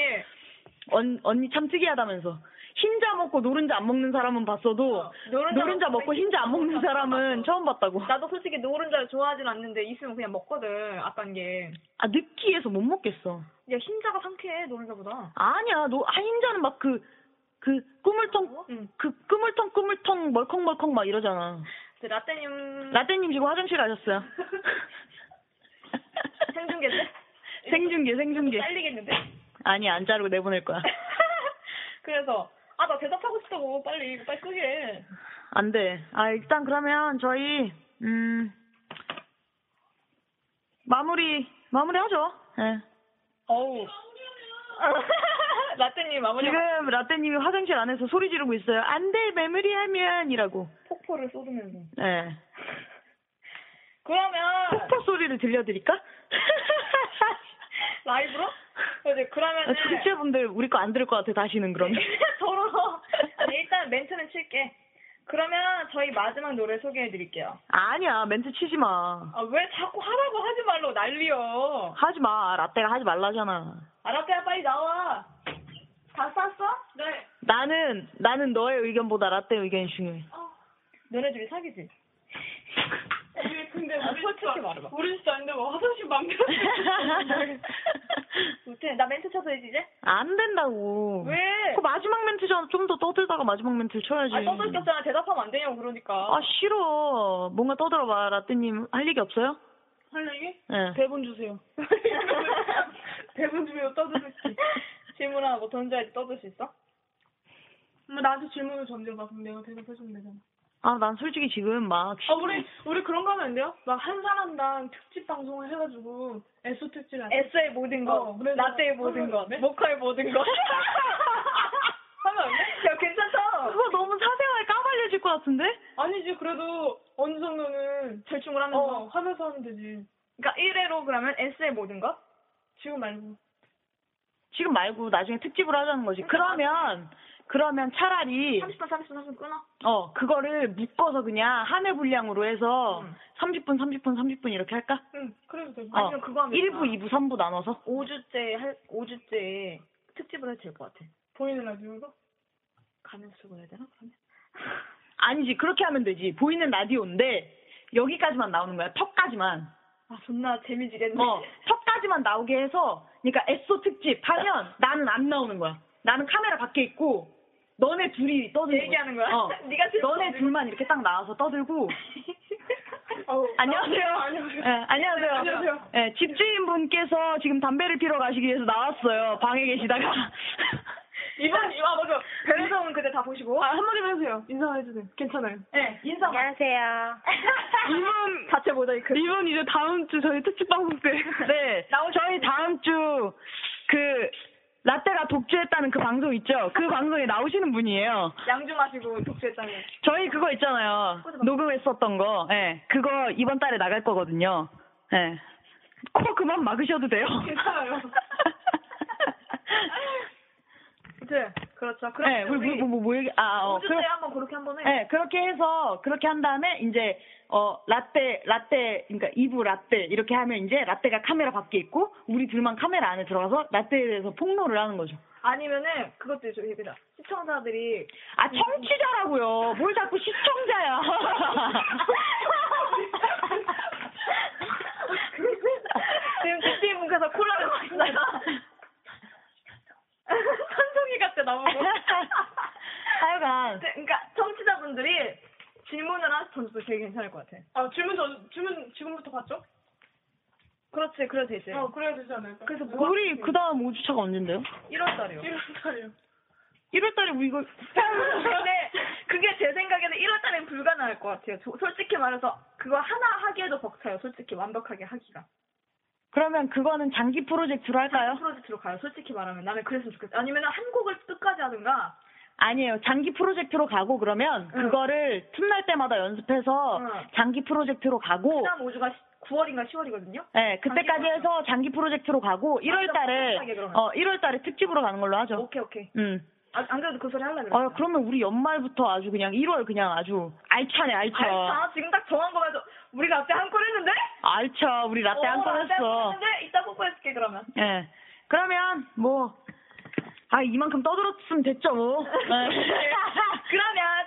언, 언니 참 특이하다면서. 흰자 먹고 노른자 안 먹는 사람은 봤어도
노른자,
노른자 먹고 흰자 안 먹는 사람은 처음 봤다고.
나도 솔직히 노른자를 좋아하진 않는데 있으면 그냥 먹거든. 아까운 게.
아 느끼해서 못 먹겠어.
야 흰자가 상쾌해 노른자보다.
아니야, 노 아, 흰자는 막 그 그 꾸물통
응.
그 꾸물통 꾸물통 멀컹멀컹 막 이러잖아.
저 라떼님
라떼님 지금 화장실 가셨어요.
생중계인데?
생중계 생중계.
잘리겠는데?
아니 안 자르고 내보낼 거야.
그래서 아 나 대답하고 싶다고 빨리 빨리 끄게.
안 돼. 아, 일단 그러면 저희, 음, 마무리, 마무리 하죠. 예.
어우. 라떼님 마무리
지금 라떼님이 화장실 안에서 소리 지르고 있어요. 안 돼, 메모리하면, 이라고.
폭포를 쏟으면서.
예.
그러면
폭포 소리를 들려드릴까?
라이브로? 그래,
아,
그러면은
청취자분들 우리 거 안 들을 것 같아, 다시는 그러면.
더러워. 아니, 일단 멘트는 칠게. 그러면 저희 마지막 노래 소개해 드릴게요.
아니야, 멘트 치지 마.
아, 왜 자꾸 하라고 하지 말로 난리여.
하지 마. 라떼가 하지 말라잖아.
아라떼야 빨리 나와. 다 쌌어? 네.
나는, 나는 너의 의견보다 라떼 의견이 중요해.
너네 둘이 사귀지?
우리 근데
아,
우리
솔직히
진짜-
말해봐.
우리 진짜 근데 뭐 화장실 맘대로
무튼 나 멘트 쳐서 해지 이제?
안 된다고.
왜?
그 마지막 멘트잖아. 좀 더 떠들다가 마지막 멘트를 쳐야지.
아, 떠들 꼈잖아. 대답하면 안 되냐고 그러니까.
아, 싫어. 뭔가 떠들어봐. 라떼님 할 얘기 없어요?
할 얘기?
예.
아.
대본 주세요. 대본 주면 떠드는 게.
질문 하나 뭐 던져야지 떠들 수 있어?
엄마 뭐 나한테 질문을 던져봐. 그럼 내가 대답해주면 되잖아.
아, 난 솔직히 지금 막.
아 우리 우리 그런 거 하면 안 돼요? 막 한 사람당 특집 방송을 해가지고 에소 특집 할 때.
S의 모든 거,
어, 그래서-
라떼의 모든 거, 모카의 모든 거. 하면 안 돼? 야, 괜찮다.
그거 뭐 너무 사생활 까발려질 것 같은데?
아니지 그래도 어느 정도는
절충을 하면서.
어 하면서 하면 되지.
그러니까 1회로 그러면 S의 모든 것?
지금 말고.
지금 말고 나중에 특집으로 하자는 거지. 그러면, 그러면 차라리,
30분, 30분, 30분 끊어.
어, 그거를 묶어서 그냥 한 회 분량으로 해서
음.
30분, 30분, 30분 이렇게 할까?
응 그래도 되고.
아니면 그거 하면
1부, 2부, 3부 나눠서?
5주째 할, 5주째 특집을 해도 될 것 같아.
보이는 라디오로?
가면 쓰고 해야 되나? 그러면?
아니지, 그렇게 하면 되지. 보이는 라디오인데, 여기까지만 나오는 거야. 턱까지만.
아, 존나 재미지겠네.
어, 턱까지만 나오게 해서, 그러니까 에소 특집 하면 나는 안 나오는 거야. 나는 카메라 밖에 있고, 너네 둘이 떠들고.
얘기하는 거야?
어.
네가 들고
너네
떠들고.
둘만 이렇게 딱 나와서 떠들고.
어,
아우,
안녕하세요.
안녕하세요.
예, 안녕하세요.
안녕하세요.
예, 집주인분께서 지금 담배를 피러 가시기 위해서 나왔어요. 방에 계시다가.
이번, 이- 아, 맞아. 별에서 온 그대 다 보시고.
아 한마디만 해주세요. 인사만 해주세요. 괜찮아요.
네, 인사.
안녕하세요.
이번
자체 모자이크.
이번 이제 다음 주 저희 특집 방송 때.
네. 저희 다음 주, 그, 라떼가 독주했다는 그 방송 있죠? 그 방송에 나오시는 분이에요.
양주 마시고 독주했잖아요.
저희 그거 있잖아요. 녹음했었던 거. 예. 그거 이번 달에 나갈 거거든요. 예. 코 그만 막으셔도 돼요.
괜찮아요.
네, 그렇죠.
예. 네, 우리 뭐, 뭐, 뭐, 뭐 얘기, 아, 어.
5주째
그,
한번 그렇게 한번 해.
네, 그렇게 해서, 그렇게 한 다음에, 이제, 어, 라떼, 라떼, 그러니까 2부 라떼, 이렇게 하면 이제, 라떼가 카메라 밖에 있고, 우리 둘만 카메라 안에 들어가서, 라떼에 대해서 폭로를 하는 거죠.
아니면은 그것도 좀 해보자. 시청자들이
아, 청취자라고요. 뭘 자꾸 시청자야.
지금 뒷뒤 분께서 아, 콜라를 마시다가 산송이 같아 나보고.
하여간,
그러니까 청취자분들이 질문을 하나 던져도 되게 괜찮을 것 같아.
아 질문 저 질문 지금부터 봤죠?
그렇지, 그래도 되지.
어 그래야 되지 않을까?
그래서 뭐
우리 그 다음 5주차가 언젠데요?
1월달이요.
1월달이요.
1월달에 우리 이거.
근데 그게 제 생각에는 1월달엔 불가능할 것 같아요. 저- 솔직히 말해서 그거 하나 하기에도 벅차요. 솔직히 완벽하게 하기가.
그러면 그거는 장기 프로젝트로 할까요?
프로젝트로 가요. 솔직히 말하면 나는 그랬으면 좋겠어. 아니면 한 곡을 끝까지 하든가.
아니에요. 장기 프로젝트로 가고 그러면
응.
그거를 틈날 때마다 연습해서
응.
장기 프로젝트로
어.
가고
그다음 5주가 9월인가 10월이거든요.
네, 그때까지 해서 장기 프로젝트로 가고 1월
깜짝이야,
달에
아, 그러면.
어 1월 달에 특집으로 가는 걸로 하죠.
오케이 오케이.
음.
아, 안 그래도 그 소리 하려고 그랬어.
아, 그러면 우리 연말부터 아주 그냥 1월 그냥 아주 알차네, 알차.
알차. 아, 지금 딱 정한 거 봐도 우리 라떼 한골 했는데?
알차. 우리 라떼
어,
한건
라떼 한골
했어.
했는데 이따 뽀뽀해줄게 그러면.
예. 그러면 뭐 아 이만큼 떠들었으면 됐죠 뭐.
그러면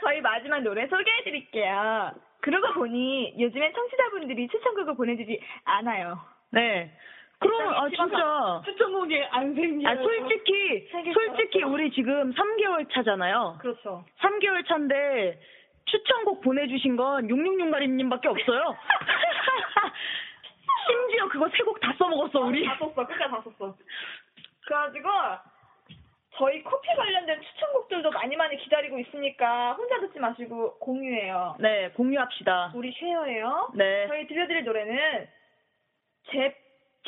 저희 마지막 노래 소개해드릴게요. 그러고 보니 요즘엔 청취자분들이 추천곡을 보내주지 않아요.
네. 그럼 아 진짜
추천곡이 안 생겨요.
아 솔직히
세계
솔직히 우리 지금 3개월 차잖아요.
그렇죠.
3개월 차인데 추천곡 보내주신 건 666가리님밖에 없어요. 심지어 그거 세 곡 다 써먹었어 우리.
다 썼어. 끝까지 다 썼어. 그래가지고 저희 커피 관련된 추천곡들도 많이 많이 기다리고 있으니까 혼자 듣지 마시고 공유해요.
네 공유합시다.
우리 쉐어예요.
네
저희 들려드릴 노래는 제프,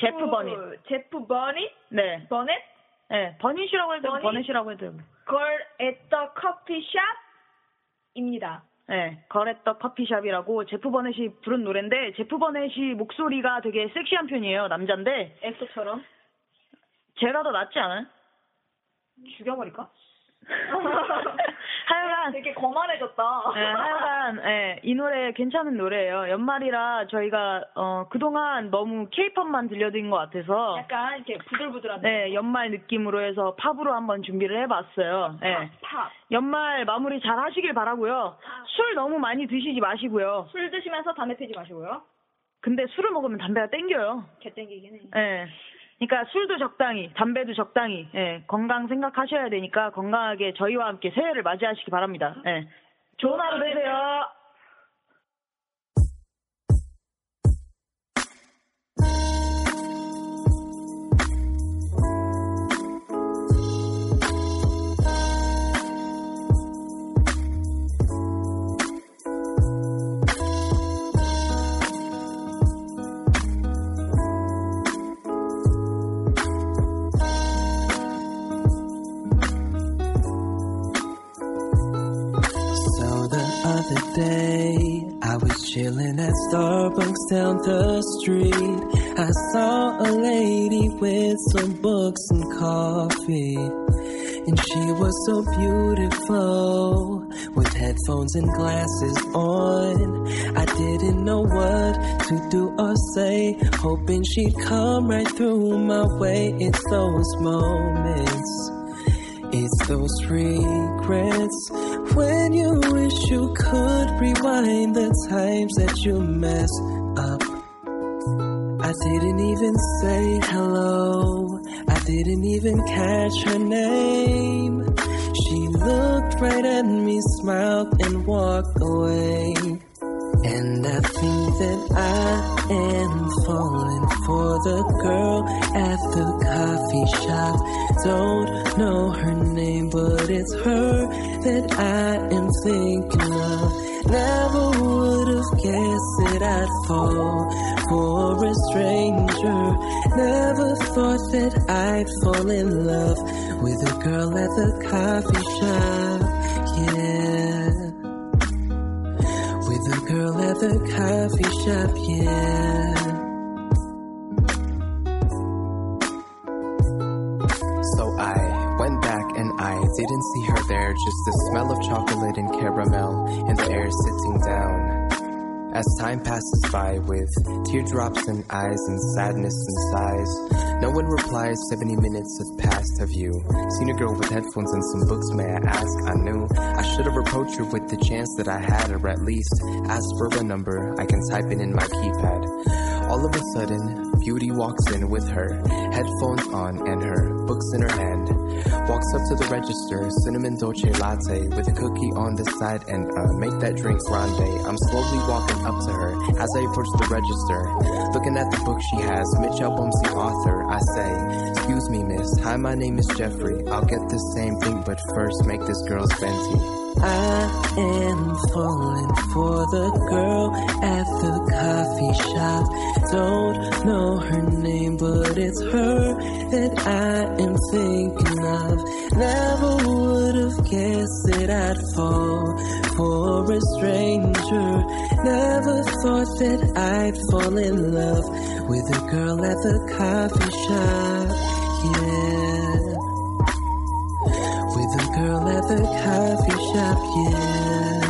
제프
어.
버닛.
제프 버닛?
네.
버넷?
네 버닛이라고 해도 되고
버닛?
버넷이라고 해도 되고.
걸 at the coffee shop입니다.
네, 거래떡 커피숍이라고 제프 버넷이 부른 노래인데 제프 버넷이 목소리가 되게 섹시한 편이에요 남잔데
엑소처럼
제가 더 낫지 않아요?
죽여버릴까?
하여간
되게 거만해졌다.
예, 하여간 예, 이 노래 괜찮은 노래예요. 연말이라 저희가 어, 그동안 너무 케이팝만 들려드린 것 같아서
약간 이렇게 부들부들한
네, 연말 느낌으로 해서 팝으로 한번 준비를 해봤어요. 예.
팝.
연말 마무리 잘 하시길 바라고요. 술 너무 많이 드시지 마시고요.
술 드시면서 담배 피지 마시고요.
근데 술을 먹으면 담배가 땡겨요.
개땡기긴 해.
예. 그러니까 술도 적당히, 담배도 적당히, 예. 건강 생각하셔야 되니까 건강하게 저희와 함께 새해를 맞이하시기 바랍니다. 예. 좋은 하루 되세요.
So the other day, I was chilling at Starbucks down the street. I saw a lady with some books and coffee. And she was so beautiful with headphones and glasses on. I didn't know what to do or say, hoping she'd come right through my way. It's those moments. It's those regrets when you wish you could rewind the times that you messed up. I didn't even say hello, I didn't even catch her name. She looked right at me, smiled, and walked away. And I think that I am falling for the girl at the coffee shop. Don't know her name, but it's her that I am thinking of. Never would have guessed that I'd fall for a stranger. Never thought that I'd fall in love with a girl at the coffee shop. Yeah with a girl at the coffee shop, yeah.
So I went back and I didn't see her there, just the smell of chocolate and caramel in the air sitting down. As time passes by with teardrops in eyes and sadness and sighs, no one replies. 70 minutes have passed. Have you seen a girl with headphones and some books? May I ask? I knew I should have approached her with the chance that I had, or at least asked for a number. I can type it in my keypad. All of a sudden, Beauty walks in with her headphones on and her books in her hand. Walks up to the register, cinnamon dolce latte with a cookie on the side and uh, make that drink grande. I'm slowly walking up to her as I approach the register, looking at the book she has, Mitchell Bumsey author. I say, "Excuse me, miss. Hi, my name is Jeffrey. I'll get the same thing, but first make this girl's venti."
I am falling for the girl at the coffee shop. Don't know her name, but it's her that I am thinking of. Never would have guessed that I'd fall for a stranger. Never thought that I'd fall in love with a girl at the coffee shop. Yeah with a girl at the coffee shop, yeah.